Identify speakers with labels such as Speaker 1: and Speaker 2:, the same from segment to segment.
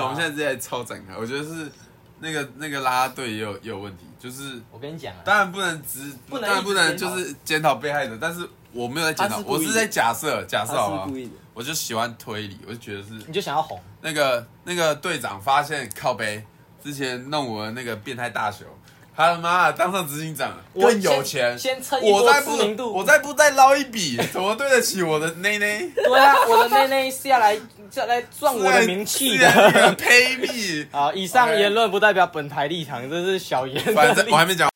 Speaker 1: 我们现在直接来超展开。我觉得是那个那个啦啦队也有也有问题，就是
Speaker 2: 我跟你讲啊，
Speaker 1: 当然不能只
Speaker 2: 不能
Speaker 1: 当然不
Speaker 2: 一直
Speaker 1: 能
Speaker 2: 检
Speaker 1: 就
Speaker 2: 讨
Speaker 1: 是检讨被害者，但是我没有在检
Speaker 3: 他
Speaker 1: 讨，
Speaker 3: 是故
Speaker 1: 我
Speaker 3: 意的
Speaker 1: 是在假设假设好
Speaker 3: 他
Speaker 1: 吗
Speaker 3: 是故？意的，
Speaker 1: 我就喜欢推理，我就觉得是
Speaker 2: 你就想要红，
Speaker 1: 那个那个队长发现靠背之前弄我的那个变态大熊，他妈的当上执行长了，
Speaker 2: 我
Speaker 1: 更有钱，
Speaker 2: 先先蹭一
Speaker 1: 我
Speaker 2: 波
Speaker 1: 再
Speaker 2: 知名度
Speaker 1: 不我再不再捞一笔，怎么对得起我的内内？
Speaker 2: 对啊，我的内内是要来是要来赚 我的名气
Speaker 1: 是啊是啊
Speaker 2: 的。
Speaker 1: 呸屁！
Speaker 2: 好，以上
Speaker 1: OK
Speaker 2: 言论不代表本台立场，这是小言的
Speaker 1: 哎反正哎
Speaker 2: 立
Speaker 1: 我还没讲。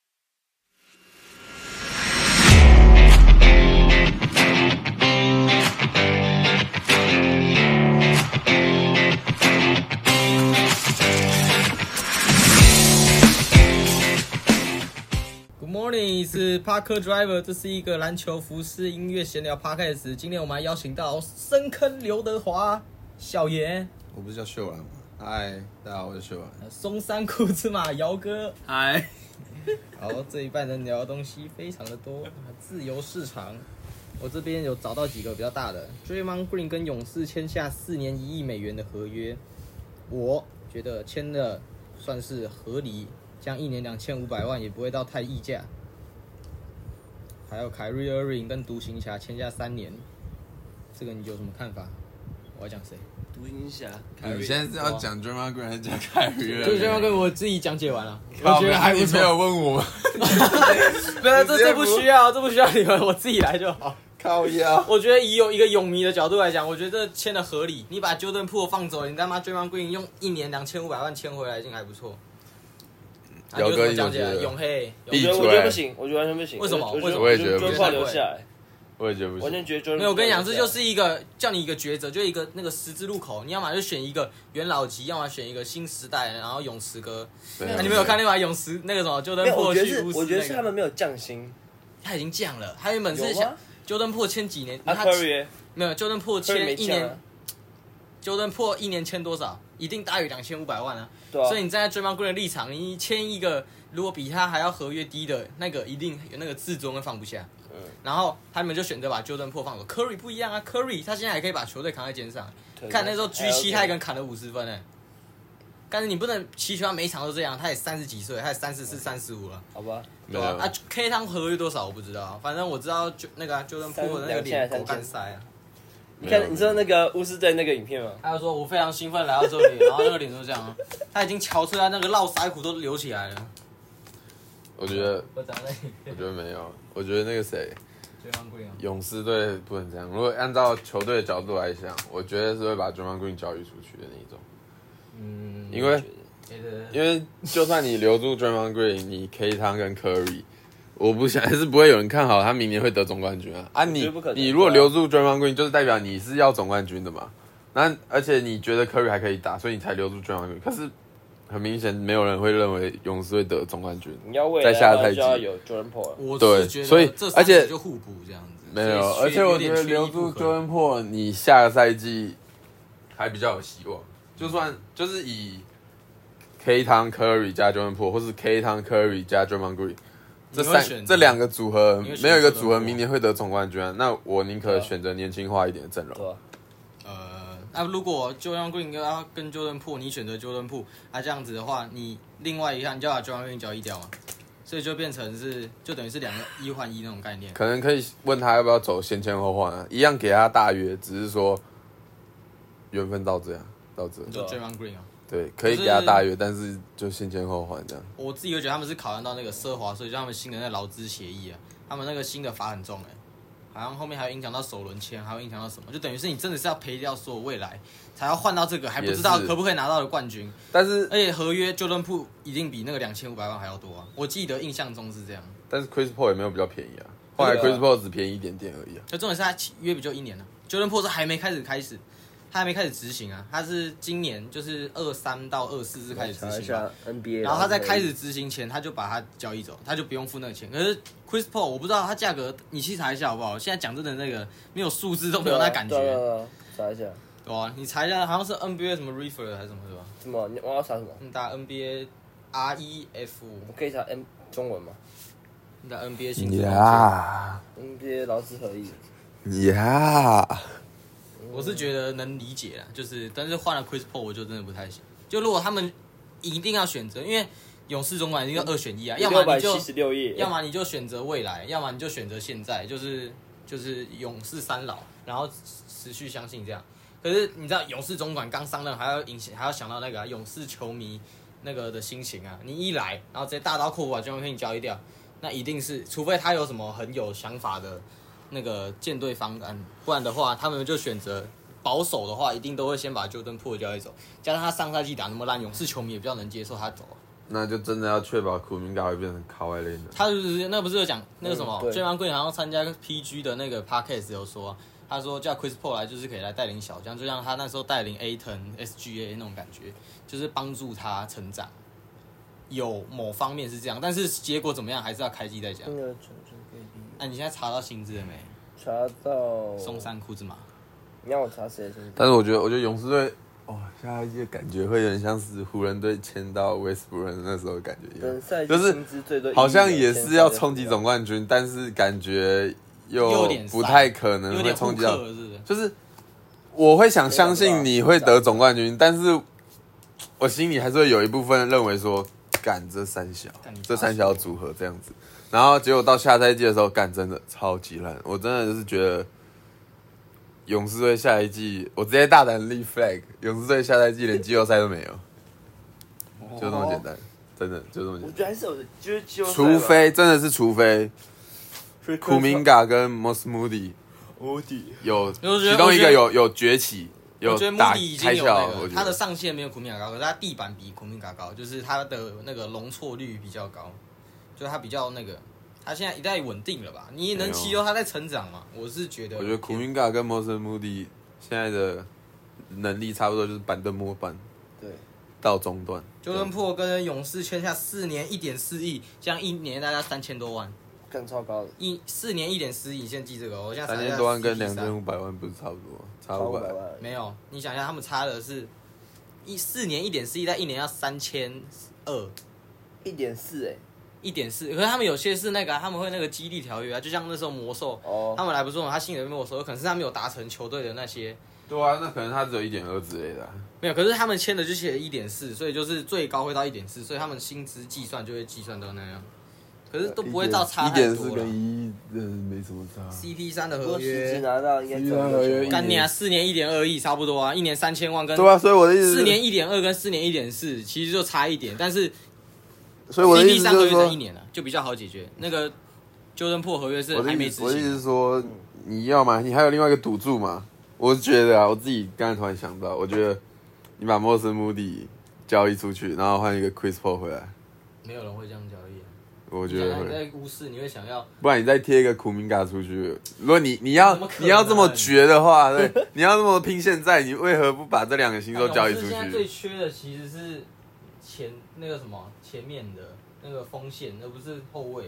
Speaker 4: Good morning，是 Parker Driver，这是一个篮球、服饰、音乐闲聊 podcast。今天我们还邀请到深坑刘德华、小严、
Speaker 1: 我不是叫秀兰吗？嗨，大家好，我是秀兰。
Speaker 4: 呃松山裤子马姚哥。
Speaker 3: 嗨，
Speaker 4: 好，这一半能聊的东西非常的多，自由市场。我这边有找到几个比较大的，Draymond Green 跟勇士签下四年一亿美元的合约，我觉得签的算是合理，这样一年两千五百万也不会到太溢价。还有凯瑞 Irving 跟独行侠签下三年，这个你有什么看法？我要讲谁？
Speaker 3: 独行侠，
Speaker 1: 哎你现在是要讲 d r a m a g r e e 还是讲凯瑞？
Speaker 4: 就 Draymond Green 我自己讲解完了，我
Speaker 1: 靠
Speaker 4: 觉
Speaker 1: 背，
Speaker 4: 得还不
Speaker 1: 你没
Speaker 4: 错。
Speaker 1: 有问 我，
Speaker 2: 没有，这这不需要，这不需要你们，我自己来就好。
Speaker 1: 靠腰。
Speaker 4: 我觉得以有一个泳迷的角度来讲，我觉得签的合理。你把 Jordan p o o 放走，你他妈 Draymond Green 用一年两千五百万签回来，已经还不错。啊
Speaker 1: 姚哥
Speaker 4: 你有什么讲解
Speaker 1: 你
Speaker 4: 啊？
Speaker 1: 有觉得
Speaker 4: 永黑，
Speaker 1: 闭
Speaker 4: 永
Speaker 3: 我
Speaker 1: 嘴
Speaker 3: 觉得我觉得不行，我觉得完全不行。
Speaker 4: 为什么
Speaker 3: 我
Speaker 1: 我也觉得
Speaker 3: 我
Speaker 1: 不行
Speaker 3: 觉得留下来，
Speaker 1: 我也觉得不
Speaker 3: 完全
Speaker 1: 行。
Speaker 3: 觉得 Jordan
Speaker 4: 没有，我跟你讲，
Speaker 3: 不
Speaker 4: 这
Speaker 3: 能留
Speaker 4: 就
Speaker 3: 下来
Speaker 4: 是一个叫你一个抉择，就一个那个十字路口，你要么就选一个元老级，要么选一个新时代，然后泳池哥。啊
Speaker 1: 对
Speaker 4: 那、你们有看？另外泳池那个什么 Jordan
Speaker 3: 没有，
Speaker 4: p o
Speaker 3: 我觉得
Speaker 4: 去
Speaker 3: 是
Speaker 4: 乌，斯
Speaker 3: 我觉得是
Speaker 4: 那
Speaker 3: 他
Speaker 4: 个？
Speaker 3: 们没有降薪，
Speaker 4: 他已经降哎了，他原本是
Speaker 3: 有
Speaker 4: 想
Speaker 3: 吗？
Speaker 4: Jordan p o 签几年？
Speaker 3: 啊
Speaker 4: 他
Speaker 3: ，Curry，
Speaker 4: 没有 Jordan p o
Speaker 3: ，Curry 没
Speaker 4: 签一
Speaker 3: 降
Speaker 4: 年
Speaker 3: 啊，
Speaker 4: ，Jordan p o 一年签多少？一定大于两千五百万啊。
Speaker 3: 对啊，
Speaker 4: 所以你站在追梦棍的立场，你签一个如果比他还要合约低的那个，一定有那个自尊会放不下。
Speaker 3: 嗯
Speaker 4: 然后他们就选择把 Jordan 破放走。Curry 不一样啊，Curry 他现在还可以把球队扛在肩上。看那时
Speaker 3: 哎
Speaker 4: 候 G 七他一个人砍了五十分哎、但是你不能祈求他每一场都这样，他也三十几岁，他也三十四、三十五了，
Speaker 3: 好吧，
Speaker 1: 对
Speaker 4: 对吧、啊？K 汤合约多少我不知道，反正我知道就那个、啊、Jordan
Speaker 3: 三
Speaker 4: Po 的那个脸
Speaker 3: 两千还是三
Speaker 4: 狗
Speaker 3: 千
Speaker 4: 干塞啊，
Speaker 3: 你看，你知道那个乌斯队那个影片吗？
Speaker 4: 他就说我非常兴奋来到这里，然后那个脸就这样啊，他已经憔悴，他那个络腮胡都流起来了。
Speaker 1: 呃
Speaker 4: 啊
Speaker 1: 我觉得，
Speaker 4: 我长在
Speaker 1: 我觉得没有。我觉得那个谁，
Speaker 4: 追梦棍啊。
Speaker 1: 勇士队不能这样。如果按照球队的角度来想，我觉得是会把 d r a m a g r e e 交易出去的那一种，
Speaker 4: 嗯，
Speaker 1: 因为
Speaker 4: 对对对
Speaker 1: 因为就算你留住 Draymond Green，你 K 汤跟 Curry，我不想还是不会有人看好他明年会得总冠军啊！啊
Speaker 3: 我觉
Speaker 1: 你
Speaker 3: 得不可，能
Speaker 1: 你如果留住 Draymond Green，就是代表你是要总冠军的嘛。那而且你觉得 Curry 还可以打，所以你才留住 Draymond Green。可是很明显，没有人会认为勇士会得总冠军。
Speaker 3: 你要为
Speaker 1: 在下赛季
Speaker 3: 就要有 Jordan p o o
Speaker 4: 我
Speaker 1: 对
Speaker 4: 是觉得
Speaker 1: 所以
Speaker 4: 这
Speaker 1: 而
Speaker 4: 三
Speaker 1: 且
Speaker 4: 个就互补这样子，
Speaker 1: 没有，
Speaker 4: 所
Speaker 1: 而
Speaker 4: 以
Speaker 1: 且
Speaker 4: 缺
Speaker 1: 我
Speaker 4: 有点
Speaker 1: 觉得
Speaker 4: 缺一
Speaker 1: 留
Speaker 4: 不
Speaker 1: 住
Speaker 4: 可
Speaker 1: Jordan p o 你下个赛季还比较有希望。就算就是以 K 汤 Curry 加 Jordan p o 或是 K 汤 Curry 加 Draymond Green 这
Speaker 4: 会
Speaker 1: 三
Speaker 4: 选
Speaker 1: 这两个组合
Speaker 4: 你会选，
Speaker 1: 没有一个
Speaker 4: Jordan
Speaker 1: 组合
Speaker 4: Po
Speaker 1: 明年会得总冠军、啊。那我宁可
Speaker 3: 对啊
Speaker 1: 选择年轻化一点的阵容。
Speaker 3: 对吧？
Speaker 4: 呃，那、如果 Jordan Green 跟他跟 Jordan Po，你选择 Jordan Po，那、啊、这样子的话，你另外一项你就要把 Jordan Green 交易掉嘛，所以就变成是就等于是两个一换一那种概念。
Speaker 1: 可能可以问他要不要走先签后换啊，一样给他大约，只是说缘分到这样到这，
Speaker 4: 你
Speaker 3: 对
Speaker 4: 说
Speaker 3: 啊
Speaker 4: Jordan Green 啊，
Speaker 1: 对，可以给他大约，但是就先签后换这样。
Speaker 4: 我自己会觉得他们是考量到那个奢华，所以就他们新的那劳资协议啊，他们那个新的罚很重哎、好像后面还有影响到首轮签，还有影响到什么，就等于是你真的是要赔掉所有未来，才要换到这个还不知道
Speaker 1: 也是
Speaker 4: 可不可以拿到的冠军，
Speaker 1: 但是
Speaker 4: 而且合约就论铺一定比那个两千五百万还要多啊，我记得印象中是这样。
Speaker 1: 但是 Chris Paul 也没有比较便宜啊，后来
Speaker 3: 对
Speaker 1: Chris
Speaker 3: 啊
Speaker 1: Paul 只便宜一点点而已啊。
Speaker 4: 就重点是他契约比就一年了、九 Jordan Po 是还没开始开始，他还没开始执行啊，他是今年就是二三到二四是开始执行嘛，
Speaker 3: NBA，
Speaker 4: 然后他在开始执行前他就把他交易走，他就不用付那个钱。可是 Chris Paul 我不知道他价格，你去查一下好不好？现在讲真的那个没有数字都没有那感觉，
Speaker 3: 对
Speaker 4: 对
Speaker 3: 啊
Speaker 4: 吧、
Speaker 3: 对啊对啊查一下，
Speaker 4: 你查一下，好像是 NBA 什么 Refer 还是什么是吧？
Speaker 3: 什么？你我要查什么？
Speaker 4: 你打 NBA R E F，
Speaker 3: 我可以查 N 中文吗
Speaker 4: 你打 NBA 薪资
Speaker 1: 呀
Speaker 3: ？NBA 劳资合议，
Speaker 1: 呀，
Speaker 4: 我是觉得能理解啦，就是但是换了 Chris Paul 我就真的不太行。就如果他们一定要选择，因为勇士总管一定要二选一啊，要
Speaker 3: 六
Speaker 4: 么
Speaker 3: 百
Speaker 4: 你就
Speaker 3: 七十六页，
Speaker 4: 要么你就选择未来，要么你就选择现在，就是就是勇士三老，然后持续相信这样。可是你知道勇士总管刚上任，还要影响，还要想到那个啊、勇士球迷那个的心情啊。你一来，然后直接大刀阔斧把球员给你交易掉，那一定是，除非他有什么很有想法的那个舰队方案，不然的话，他们就选择保守的话，一定都会先把旧盾破交易走。加上他上赛季打那么烂，勇士球迷也比较能接受他走啊。
Speaker 1: 那就真的要确保苦明嘎会变成卡外类的。
Speaker 4: 他就是那不是有讲那个什么
Speaker 3: 嗯对
Speaker 4: 追梦贵好像参加 PG 的那个 podcast 有说啊、他说叫 Chris Paul 来就是可以来带领小将，就像他那时候带领 Aton SGA 那种感觉，就是帮助他成长。有某方面是这样，但是结果怎么样还是要开机再讲。
Speaker 3: 那个纯纯 baby
Speaker 4: 哎、你现在查到薪资了没？
Speaker 3: 查到
Speaker 4: 松，山裤子嘛，
Speaker 3: 你让我查谁的薪资？
Speaker 1: 但是我觉得，我觉得勇士队，哦，下一季的感觉会有点像是湖人队签到 Westbrook 那时候的感觉一
Speaker 3: 本
Speaker 1: 样，
Speaker 3: 赛季
Speaker 1: 就是
Speaker 3: 薪资最多一亿
Speaker 1: 好像也是要
Speaker 3: 两千三百六十
Speaker 1: 冲击总冠军，但是感觉
Speaker 4: 有
Speaker 1: 又
Speaker 4: 点
Speaker 1: 不太可能嗯
Speaker 4: 有
Speaker 1: 会
Speaker 4: 点
Speaker 1: 冲
Speaker 4: 复
Speaker 1: 击到
Speaker 4: 刻，了是不是？
Speaker 1: 就是我会想相信你会得总冠
Speaker 4: 啊
Speaker 1: 军，但是我心里还是会有一部分认为说，干这三小
Speaker 4: 干你，
Speaker 1: 这三小组合这样子，然后结果到下赛季的时候，干真的超级烂，我真的就是觉得。勇士队下一季，我直接大胆立 flag，勇士队下赛季连季后赛都没有，
Speaker 4: 哦
Speaker 1: 就这么简单，真的就这么简
Speaker 3: 哦我
Speaker 1: 单。
Speaker 3: 觉得还是有，就是季后赛吧
Speaker 1: 除非真的是除非库明嘎跟 Mos Moody
Speaker 3: 无敌，
Speaker 1: 有
Speaker 4: 我觉得
Speaker 1: 其中一个有有崛起，有
Speaker 4: 我觉得
Speaker 1: 打
Speaker 4: 穆迪已经
Speaker 1: 开
Speaker 4: 有
Speaker 1: 窍
Speaker 4: 那，
Speaker 1: 我
Speaker 4: 个
Speaker 1: 觉
Speaker 4: 他的
Speaker 1: 得
Speaker 4: 上限没有库米卡高，可是他地板比库米卡高，就是他的那个容错率比较高，就是他比较那个，他现在一代稳定了吧？你也能期
Speaker 1: 没
Speaker 4: 待他在成长嘛？我是觉得，
Speaker 1: 我觉得库明嘎跟 Mos Moody 现在的能力差不多，就是板凳摸板
Speaker 3: 对，
Speaker 1: 到中段，
Speaker 4: 就跟破跟勇士签下四年一点四亿，这样一年大概三千多万，
Speaker 3: 更超高的，
Speaker 4: 一四年一点四亿，你先记这个哦，我现在
Speaker 1: 三
Speaker 4: 查一
Speaker 1: 千
Speaker 4: 下
Speaker 1: 多万跟
Speaker 4: CP3
Speaker 1: 两千五百万不是差不多，差
Speaker 3: 超
Speaker 1: 五
Speaker 3: 五
Speaker 1: 百
Speaker 3: 百。万，
Speaker 4: 没有，你想一下，他们差的是一四年一点四亿，但一年要三千二。
Speaker 3: 一点四哎，
Speaker 4: 一点四，可是他们有些是那个啊、他们会那个激励条约啊，就像那时候魔兽，他
Speaker 3: 哦，
Speaker 4: 们来不是我，他心里面跟我说，有可能是他没有达成球队的那些，
Speaker 1: 对啊，那可能他只有一点二之类的啊。
Speaker 4: 没有，可是他们签的就写一点四，所以就是最高会到一点四，所以他们薪资计算就会计算到那样，可是都不会到差
Speaker 1: 呃一
Speaker 4: 太
Speaker 1: 点四
Speaker 4: 多
Speaker 1: 跟
Speaker 4: 了。
Speaker 1: 一，嗯，没什么差。
Speaker 4: CP 三的
Speaker 3: 如果
Speaker 4: 合
Speaker 3: 实际
Speaker 4: 约，
Speaker 3: 拿到应该
Speaker 1: 实际拿到啊约一
Speaker 4: 干你啊，四年一点二亿差不多啊，一年三千万跟
Speaker 1: 对啊，所以我的意思是
Speaker 4: 四年一点二跟四年一点四其实就差一点，但是
Speaker 1: 所以我的意
Speaker 4: CP
Speaker 1: 思
Speaker 4: 三合
Speaker 1: 就是
Speaker 4: 约
Speaker 1: 说
Speaker 4: 才一，年啊，就比较好解决。那个纠正破合约是
Speaker 1: 我的
Speaker 4: 还没
Speaker 1: 意
Speaker 4: 执
Speaker 1: 思，我的意思
Speaker 4: 行啊
Speaker 1: 是说，你要嘛，你还有另外一个赌注嘛？我是觉得啊，我自己刚才突然想到，我觉得你把莫森穆迪交易出去，然后换一个 Chris Paul 回来，
Speaker 4: 没有人会这样交易啊。
Speaker 1: 我
Speaker 4: 我
Speaker 1: 觉得
Speaker 4: 你
Speaker 1: 会。
Speaker 4: 在乌市，你会想要
Speaker 1: 不然你再贴一个苦明嘎出去，如果你你要
Speaker 4: 怎么可能啊
Speaker 1: 你要这么绝的话，对，你要这么拼现在，你为何不把这两个新秀交易出
Speaker 4: 勇士现在最
Speaker 1: 去？
Speaker 4: 缺的其实是前那个什么前面的那个锋线，而不是后卫。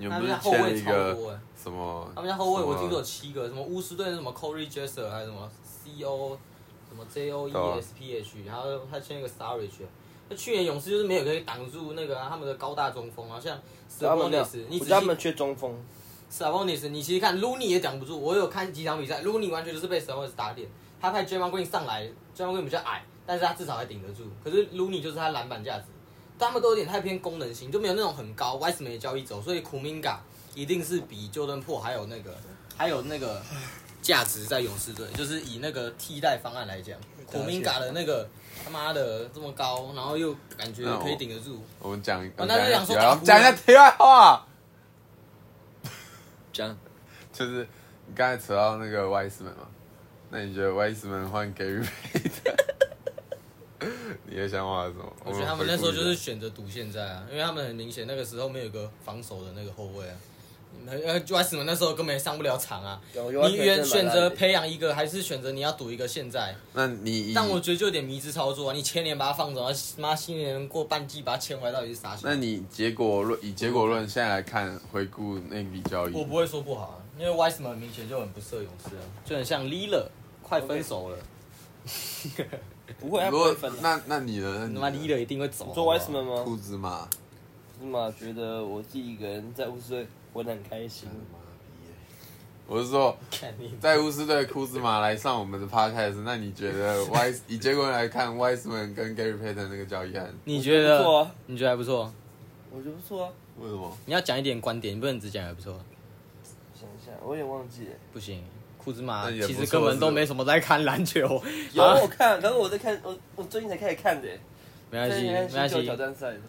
Speaker 1: 你
Speaker 4: 他
Speaker 1: 们不
Speaker 4: 们
Speaker 1: 是
Speaker 4: 家后
Speaker 1: 签了
Speaker 4: 卫
Speaker 1: 一
Speaker 4: 超
Speaker 1: 个
Speaker 4: 多哎，
Speaker 1: 什么？
Speaker 4: 他们家后卫我听
Speaker 1: 什
Speaker 4: 说有
Speaker 1: 么
Speaker 4: 七个，什么巫师队那什么 Corey Jesser 还有什么 C O 什么 J O
Speaker 1: 对啊
Speaker 4: E S P H，然后他签一个 Starridge。那去年勇士就是没有可以挡住那个啊、他们的高大中锋啊，像
Speaker 3: 他们没有
Speaker 4: Sabonis，你
Speaker 3: 我
Speaker 4: 仔
Speaker 3: 觉得他
Speaker 4: 细
Speaker 3: 们缺中锋，
Speaker 4: Sabonis，你其实看 Looney 也挡不住。我有看几场比赛，Looney 完全就是被 Sabonis 打脸。他派 j a m a Green 上来 j a m a Green 比较矮，但是他至少还顶得住。可是 Looney 就是他篮板价值，他们都有点太偏功能型，就没有那种很高 Wiseman 的交易走，所以 Kuminga 一定是比 Jordan p o 还有那个还有那个价值在勇士队，就是以那个替代方案来讲，Kuminga 的那个他妈的这么高，然后又感觉可以顶得住。
Speaker 1: 我们讲，
Speaker 4: 哦那就讲说
Speaker 1: 我们
Speaker 4: 打湖人
Speaker 1: 讲一下题外话。
Speaker 3: 讲
Speaker 1: 就是你刚才扯到那个 Wiseman 嘛，那你觉得 Wiseman 换 Gary Payton，你的想法是什么？
Speaker 4: 我觉得他们那时候就
Speaker 1: 回
Speaker 4: 是
Speaker 1: 顾一下
Speaker 4: 选择赌现在啊，因为他们很明显那个时候没有一个防守的那个后卫啊。呃 j o s m a n 那时候根本也上不了场啊。你原选择培养一个，还是选择你要赌一个现在？
Speaker 1: 那你以
Speaker 4: 但我觉得就有点迷之操作啊！你前年把他放走，然后妈新年过半季把他签回来，到底是啥？
Speaker 1: 那你结果论以结果论现在来看，回顾那笔交易，
Speaker 4: 我不会说不好啊，因为 Wiseman 明显就很不适合勇士啊，就很像 l i l a 快分手了，
Speaker 3: 不会，他啊
Speaker 1: 如
Speaker 3: 不
Speaker 1: 果
Speaker 3: 会分的。
Speaker 1: 那那你的
Speaker 4: 他妈 l i l a 一定会走。
Speaker 3: 你做 Wiseman 吗？
Speaker 1: 裤子嘛，
Speaker 3: 是吗？觉得我自己一个人在五十岁，我很开心。
Speaker 1: 我是说，
Speaker 4: 看你
Speaker 1: 在巫师队库兹马来上我们的 podcast，那你觉 得 Y 以结果来看，Wiseman 跟 Gary Payton 那个交易案
Speaker 4: 你觉
Speaker 3: 我觉得不错
Speaker 4: 得
Speaker 3: 啊？
Speaker 4: 你觉得还不错？
Speaker 3: 我觉得不错啊。
Speaker 1: 为什么？
Speaker 4: 你要讲一点观点，你不能只讲还不错，
Speaker 3: 想一下，我有点忘记了。
Speaker 4: 不行。库兹马
Speaker 1: 那也不
Speaker 4: 其
Speaker 1: 错
Speaker 4: 实根本都没什么在看 篮球，
Speaker 3: 有
Speaker 4: 啊
Speaker 3: 我看，然后我在看，我我最近才开始看的。
Speaker 4: 没关系，
Speaker 3: 最近才
Speaker 4: 没
Speaker 3: 看
Speaker 4: 关
Speaker 3: 新秀
Speaker 4: 系
Speaker 3: 挑。战赛的。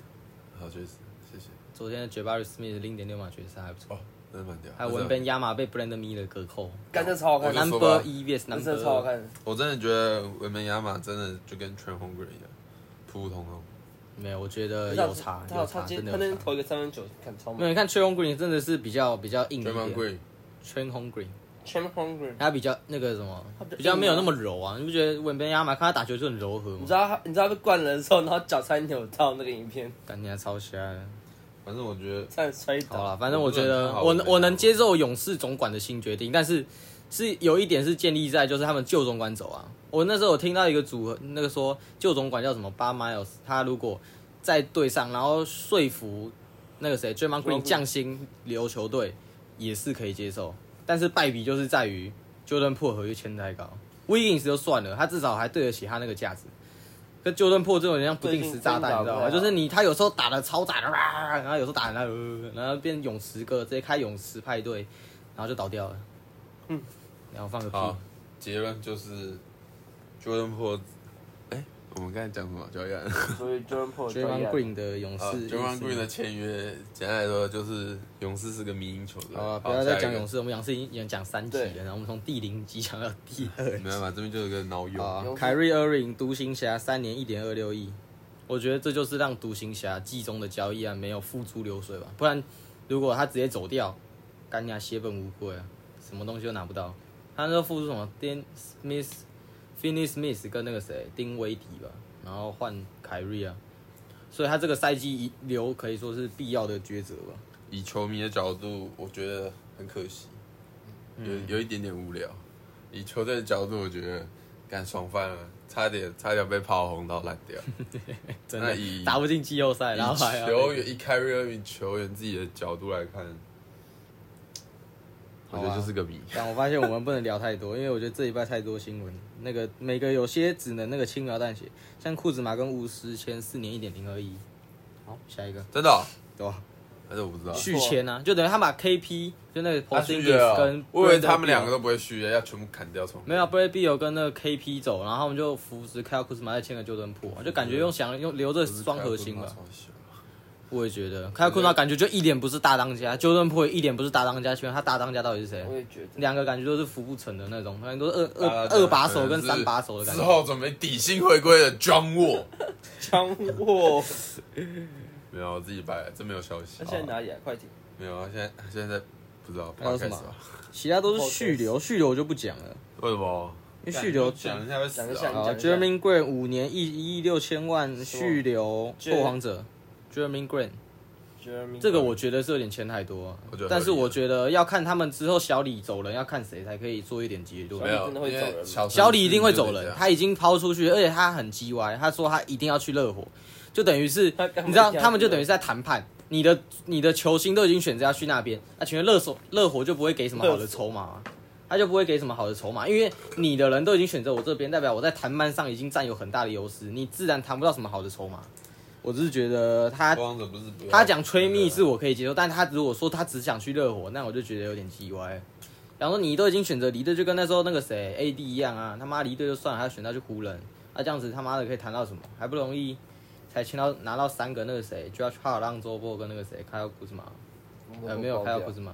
Speaker 1: 好，确实，谢谢。
Speaker 4: 昨天的绝巴瑞斯密的零点六码绝杀还不错，
Speaker 1: 哦，真的蛮屌。
Speaker 4: 还有文
Speaker 1: 真的
Speaker 4: 本亚马被 Brandon Miller 隔扣
Speaker 3: 干这超好看
Speaker 1: 我就
Speaker 3: 的，
Speaker 1: 说吧
Speaker 4: ，Number 一 vs
Speaker 3: 那
Speaker 4: Number
Speaker 3: 真的超好看的。
Speaker 1: 我真的觉得文本亚马真的就跟 t r e n h o n g r 一样，普普通通。
Speaker 4: 没有，我觉得
Speaker 3: 他
Speaker 4: 有差，
Speaker 3: 他
Speaker 4: 有
Speaker 3: 有
Speaker 4: 差，
Speaker 3: 他接
Speaker 4: 真
Speaker 3: 他那
Speaker 4: 的有
Speaker 3: 天
Speaker 4: 差。
Speaker 3: 投一个三分球，看超
Speaker 4: 没有，
Speaker 3: 猛。
Speaker 4: 你看 t r e o n Green 真的是比较比较硬一
Speaker 1: t r e n h o n g
Speaker 4: 点
Speaker 1: r
Speaker 4: t r e o n Green
Speaker 3: 全 hungry。
Speaker 4: 他比较那个什么
Speaker 3: 他比，较
Speaker 4: 比较没有
Speaker 3: 硬啊
Speaker 4: 那么柔啊。你不觉得文本亚马看他打球就很柔和
Speaker 3: 你
Speaker 4: 吗
Speaker 3: 知？道他你知道他被灌了的时候，然后脚差点扭到那个影片，
Speaker 4: 感觉超瞎的。
Speaker 1: 反正我觉得
Speaker 3: 差点摔
Speaker 4: 好
Speaker 3: 倒。
Speaker 4: 了，反正我觉得
Speaker 1: 我
Speaker 4: 我
Speaker 1: 不能看好
Speaker 4: 我能接受勇士总管的新决定，但是是有一点是建立在就是他们旧总管走啊。我那时候有听到一个组合，那个说旧总管叫什么八 miles，他如果在队上，然后说服那个谁 d r a m o n Green 降薪留球队也是可以接受，但是败笔就是在于 Jordan p o 合约签太高，Wiggins 就算了，他至少还对得起他那个价值。跟 Jordan p o 这种人像不定时炸弹，你知道吗？
Speaker 3: 最近真的打不太好
Speaker 4: 就是你他有时候打的超炸的，啊然后有时候打的，呃然后变泳池哥，直接开泳池派对，然后就倒掉了。
Speaker 3: 嗯，
Speaker 4: 然后放个屁。
Speaker 1: 好，结论就是 Jordan p o 哎，我们刚才讲什么交易案？
Speaker 3: 所以 Jordan p o
Speaker 4: d r a m o n Green 的勇士
Speaker 1: 啊 j o r d a n
Speaker 4: 勇士
Speaker 1: Green 的签约，简单来说就是勇士是个民营球队。
Speaker 4: 好啊，不要再讲勇
Speaker 1: 士，
Speaker 4: 士，我们勇士已经已经讲三集了，
Speaker 3: 对
Speaker 4: 然后我们从第零集讲到第二集
Speaker 1: 没。办法，这边就是个孬友。
Speaker 4: 啊
Speaker 3: 勇，士
Speaker 4: 凯瑞·厄林独行侠三年一点二六亿，我觉得这就是让独行侠季中的交易案啊没有付诸流水吧，不然如果他直接走掉，干牙血本无归啊，什么东西都拿不到。他那时候付出什么？Dan Smith、Finney Smith 跟那个谁丁威迪吧，然后换凯瑞啊，所以他这个赛季一留可以说是必要的抉择吧。
Speaker 1: 以球迷的角度，我觉得很可惜，
Speaker 4: 嗯
Speaker 1: 有有一点点无聊。以球队的角度，我觉得干爽翻了，差点差点被炮轰到烂掉。
Speaker 4: 真的
Speaker 1: 那以
Speaker 4: 打不进季后 赛，然后还
Speaker 1: 以
Speaker 4: 要
Speaker 1: 球员以凯瑞厄运球员自己的角度来看，我觉
Speaker 4: 好
Speaker 1: 得
Speaker 4: 啊
Speaker 1: 就是个谜。
Speaker 4: 但我发现我们不能聊太多，因为我觉得这一拜太多新闻，那个每个有些只能那个轻描淡写，像库兹马跟巫师签四年一点零二亿，好，下一个
Speaker 1: 真的哦、
Speaker 4: 对吧？
Speaker 1: 还是我不知道。
Speaker 4: 续签啊，就等于他把 KP 就那个 p o
Speaker 1: 他
Speaker 4: s i
Speaker 1: 续约
Speaker 4: n g i s
Speaker 1: 了
Speaker 4: 跟
Speaker 1: 哦，我以为他
Speaker 4: Brandon Beal
Speaker 1: 们两个都不会续约，要全部砍掉重来。
Speaker 4: 没有 b r a d b i l 跟那个 KP 走，然后他们就扶持 k y l 库兹马再签个旧登破，就感觉用想用留着双核心吧。我也觉得 k y l 库兹马感觉就一点不是大当家，旧登破一点不是大当家，请问他大当家到底是谁？
Speaker 3: 我也觉得。
Speaker 4: 两个感觉都是扶不成的那种，反正都是
Speaker 1: 啊
Speaker 4: 二二二把手跟三把手的感
Speaker 1: 之
Speaker 4: 觉。
Speaker 1: 后准备底薪回归的 John Wall，
Speaker 3: 枪 握，
Speaker 1: 没有，我自己摆了，真没有消息哦
Speaker 3: 他。现在哪里啊？快艇。
Speaker 1: 没有，他现在他现在不知道。
Speaker 4: 还有什么
Speaker 1: podcast 吧
Speaker 4: 其他都是续留，续留我就不讲了，
Speaker 1: 为什么？
Speaker 4: 因为续留
Speaker 1: 讲一下会死
Speaker 3: 讲一
Speaker 1: 啊
Speaker 3: 下！
Speaker 4: 啊 j e r e m y Green 五年一一亿六千万
Speaker 3: 什么
Speaker 4: 续留
Speaker 3: 这
Speaker 4: 拓荒者 j e r e m y Green
Speaker 3: Jeremy
Speaker 4: 这个我觉得是有点钱太多
Speaker 1: 我觉得合理啊，
Speaker 4: 但是我觉得要看他们之后小李走人要看谁才可以做一点结论
Speaker 1: 没。有，
Speaker 3: 真的会走人吗
Speaker 1: 因为小
Speaker 4: 小李一定会走人，
Speaker 1: 他
Speaker 4: 他已经抛出去，而且他很叽歪，他说他一定要去热火，就等于是
Speaker 3: 他干嘛
Speaker 4: 你知道，
Speaker 3: 一定要
Speaker 4: 他们就
Speaker 3: 去热
Speaker 4: 等
Speaker 3: 火
Speaker 4: 于是在谈判。你的你的球星都已经选择要去那边，那、请问热手热火就不会给什么好的筹码吗？他就不会给什么好的筹码，因为你的人都已经选择我这边，代表我在谈判上已经占有很大的优势，你自然谈不到什么好的筹码。我只是觉得他
Speaker 1: 光者不是不要
Speaker 4: 他讲吹密是我可以接受，但他如果说他只想去热火，那我就觉得有点叽歪。然后你都已经选择离队，就跟那时候那个谁 AD 一样啊，他妈离队就算了，还要选他去湖人，那、这样子他妈的可以谈到什么？还不容易才签到拿到三个那个谁，就要去帕朗周波跟那个谁开奥库兹马，呃没有开奥库兹马，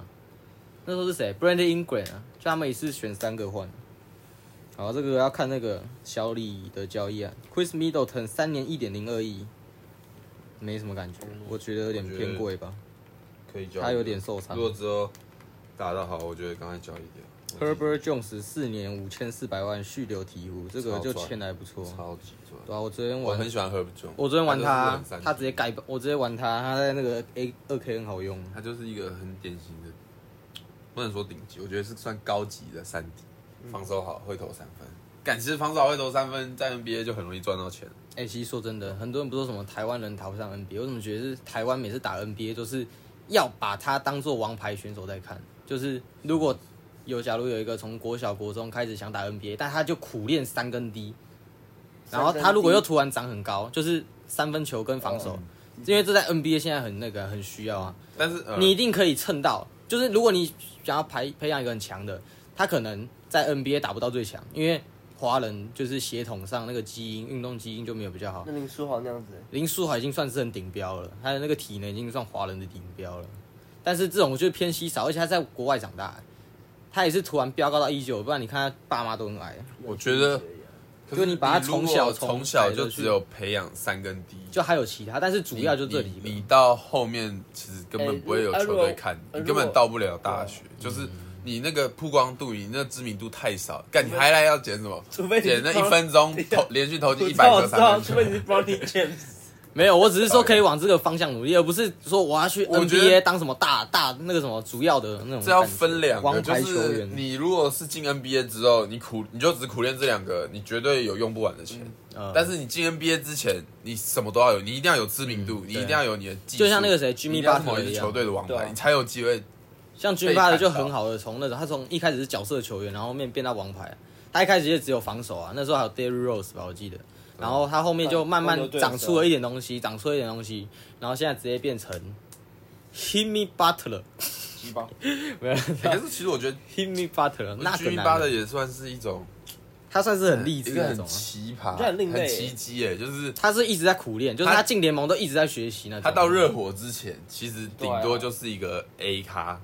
Speaker 4: 那时候是谁？Brandon Ingram 啊，就他们也是选三个换。好，这个要看那个小李的交易啊，Chris Middleton 三年一点零二亿，没什么感觉，
Speaker 1: 嗯
Speaker 4: 我觉得有点偏贵吧。
Speaker 1: 可以交易，
Speaker 4: 他有点受伤
Speaker 1: 如果之后打得好，我觉得赶快交易掉。
Speaker 4: Herbert Jones 四年五千四百万续留鹈鹕，这个就签来不错。
Speaker 1: 超级赚。
Speaker 4: 对啊，我昨天
Speaker 1: 我
Speaker 4: 玩，
Speaker 1: 很喜欢 Herb Jones，
Speaker 4: 我昨天玩他
Speaker 1: 就是很，
Speaker 4: 他直接改，我直接玩他，他在那个 A 二 K 很好用。
Speaker 1: 他就是一个很典型的，不能说顶级，我觉得是算高级的三 D，、防守好，会投三分。感其实防守好会投三分，在 NBA 就很容易赚到钱。
Speaker 4: 哎、其实说真的，很多人不说什么台湾人打不上 NBA，我怎么觉得是台湾每次打 NBA 就是要把他当做王牌选手在看，就是如果有假如有一个从国小国中开始想打 NBA，但他就苦练三根 D，然后他如果又突然长很高，就是三分球跟防守，因为这在 NBA 现在很那个很需要啊，
Speaker 1: 但是、呃、
Speaker 4: 你一定可以蹭到。就是如果你想要培培养一个很强的，他可能在 NBA 打不到最强，因为华人就是血统上那个基因运动基因就没有比较好
Speaker 3: 那。林书豪那样子，
Speaker 4: 林书豪已经算是很顶标了，他的那个体能已经算华人的顶标了。但是这种就是偏稀少，而且他在国外长大，他也是突然飙高到一九，不然你看他爸妈都很矮，
Speaker 1: 我觉得，可
Speaker 4: 就是你把它
Speaker 1: 如果
Speaker 4: 从小从
Speaker 1: 从小
Speaker 4: 矮的
Speaker 1: 就
Speaker 4: 去
Speaker 1: 只有培养三根低，
Speaker 4: 就还有其他，但是主要就这里
Speaker 1: 你你
Speaker 4: 了。
Speaker 1: 你到后面其实根本不会有
Speaker 3: 哎如
Speaker 1: 球队看你，你
Speaker 3: 哎如
Speaker 1: 根
Speaker 3: 果
Speaker 1: 本到不了大学，就是你那个曝光度，你那知名度太少，干你还来要捡什么？
Speaker 3: 除非你
Speaker 1: 捡那
Speaker 3: 是
Speaker 1: 一分钟
Speaker 3: 对啊
Speaker 1: 投连续投进
Speaker 3: 我
Speaker 1: 一
Speaker 3: 知
Speaker 1: 百
Speaker 3: 道，我
Speaker 1: 个
Speaker 3: 知道，
Speaker 1: 三
Speaker 3: 除
Speaker 1: 分球。
Speaker 3: 非你是 Bronny James，
Speaker 4: 没有，我只是说可以往这个方向努力，而不是说我要去
Speaker 1: 我觉得
Speaker 4: NBA 当什么大大那个什么主要的那种感觉。
Speaker 1: 这要分两个，
Speaker 5: 王
Speaker 1: 就
Speaker 5: 牌球
Speaker 1: 是
Speaker 5: 员
Speaker 1: 你如果是进 NBA 之后，你苦你就只苦练这两个，你绝对有用不完的钱。
Speaker 4: 呃
Speaker 1: 但是你进 NBA 之前，你什么都要有，你一定要有知名度，你一
Speaker 4: 对啊
Speaker 1: 定要有你的技术，
Speaker 4: 就像那个谁，Jimmy
Speaker 1: 你一定要是某
Speaker 4: Butler
Speaker 1: 一
Speaker 4: 一
Speaker 1: 支
Speaker 4: 样
Speaker 1: 球，队的王
Speaker 3: 对
Speaker 1: 牌，
Speaker 3: 啊
Speaker 1: 你才有机 会
Speaker 4: 像
Speaker 1: 被
Speaker 4: Jimmy
Speaker 1: 看
Speaker 4: Butler
Speaker 1: 到
Speaker 4: 就很好的从那种他从一开始是角色球员，然后后面变到王牌，他一开始也只有防守啊，那时候还有 Derry Rose 吧，我记
Speaker 1: 嗯
Speaker 4: 得。然后他后面就慢慢
Speaker 3: 公牛队的时
Speaker 4: 长
Speaker 3: 候
Speaker 4: 出了一点东西，长出了一点东西，然后现在直接变成 Jimmy Butler，
Speaker 1: 鸡巴。
Speaker 4: 没有
Speaker 1: 欸可是其实我觉得
Speaker 4: Jimmy Butler 那个
Speaker 1: 居
Speaker 4: 男
Speaker 1: 巴的
Speaker 4: 的，
Speaker 1: 也算是一种
Speaker 4: 他算是很励
Speaker 1: 一
Speaker 4: 志
Speaker 1: 个
Speaker 4: 那
Speaker 1: 很
Speaker 4: 种啊。
Speaker 1: 奇葩、
Speaker 3: 就很另类
Speaker 1: 很奇迹哎、就是
Speaker 4: 他是一直在苦练，就是
Speaker 1: 他
Speaker 4: 他进联盟都一直在学习那种。
Speaker 1: 他到热火之前，其实顶
Speaker 3: 对
Speaker 1: 多
Speaker 3: 啊
Speaker 1: 就是一个 A 咖，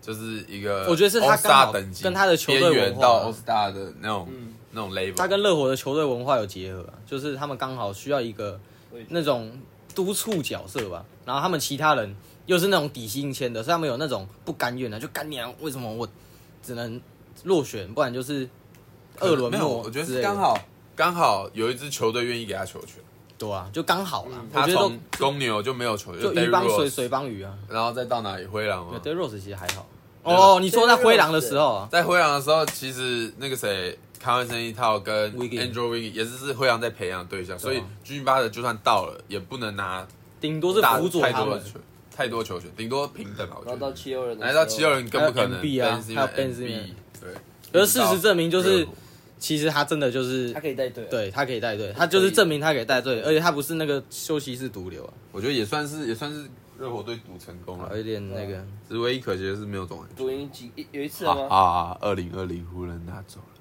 Speaker 1: 就是一个
Speaker 4: 我觉得是他
Speaker 1: All-Star
Speaker 4: 刚好
Speaker 1: 等级
Speaker 4: 跟他的球队
Speaker 1: 边
Speaker 4: 文
Speaker 1: 缘
Speaker 4: 化啊
Speaker 1: 到 All Star 的那种、
Speaker 3: 嗯
Speaker 1: 那种 level，
Speaker 4: 他跟热火的球队文化有结合啊、就是他们刚好需要一个那种督促角色吧。然后他们其他人又是那种底薪签的，所以他们有那种不甘愿的，就干娘为什么我只能落选，不然就是
Speaker 1: 可
Speaker 4: 二
Speaker 1: 能
Speaker 4: 轮
Speaker 1: 没有，
Speaker 4: 末
Speaker 1: 我觉得
Speaker 4: 之
Speaker 1: 是
Speaker 4: 类的
Speaker 1: 刚好刚好有一支球队愿意给他球权，
Speaker 4: 对啊，就刚好啦。我
Speaker 1: 嗯他
Speaker 4: 觉得
Speaker 1: 从
Speaker 4: 都
Speaker 1: 公牛就没有球，
Speaker 4: 就
Speaker 1: Derrick
Speaker 4: 鱼帮水，
Speaker 1: Rose
Speaker 4: 水帮鱼啊。
Speaker 1: 然后再到哪里灰狼
Speaker 4: 对
Speaker 1: 啊？
Speaker 4: 对 Rose 其实还好。
Speaker 1: 对啊
Speaker 4: 哦，你说在灰狼的时候啊，
Speaker 1: 在灰狼的时候，其实那个谁，康文森一套跟
Speaker 4: Wiggins
Speaker 1: Andrew w i g g i n 也是是灰狼在培养的对象，所以
Speaker 4: 对啊
Speaker 1: 军巴的就算到了，也不能拿
Speaker 4: 顶多是
Speaker 1: 大
Speaker 4: 辅佐
Speaker 1: 太
Speaker 4: 他
Speaker 1: 多
Speaker 4: 们
Speaker 1: 的。球，太多球权，顶多平等吧。我
Speaker 3: 然
Speaker 1: 觉
Speaker 3: 后到
Speaker 1: 得，
Speaker 3: 七六人的时
Speaker 1: 来
Speaker 3: 候，
Speaker 1: 到七六人更不可能。
Speaker 4: 还有 NB 啊
Speaker 1: Simmons，
Speaker 4: 还有 Ben Simmons
Speaker 1: NB 对。
Speaker 4: 而事实证明，就
Speaker 1: 一直
Speaker 4: 是
Speaker 1: 到
Speaker 4: 其实他真的就是
Speaker 3: 他可以带队，，啊
Speaker 4: 对他可以带队，他就是证明他可以带队，而且他不是那个休息室毒瘤啊，
Speaker 1: 我觉得也算是也算是热火队赌成功了
Speaker 4: 哦有，一点那个。
Speaker 1: 只是唯一可惜的是没有总冠军。
Speaker 3: 主赢几一有一次
Speaker 1: 啊
Speaker 3: 了吗？
Speaker 1: 啊！二零二零湖人拿走了，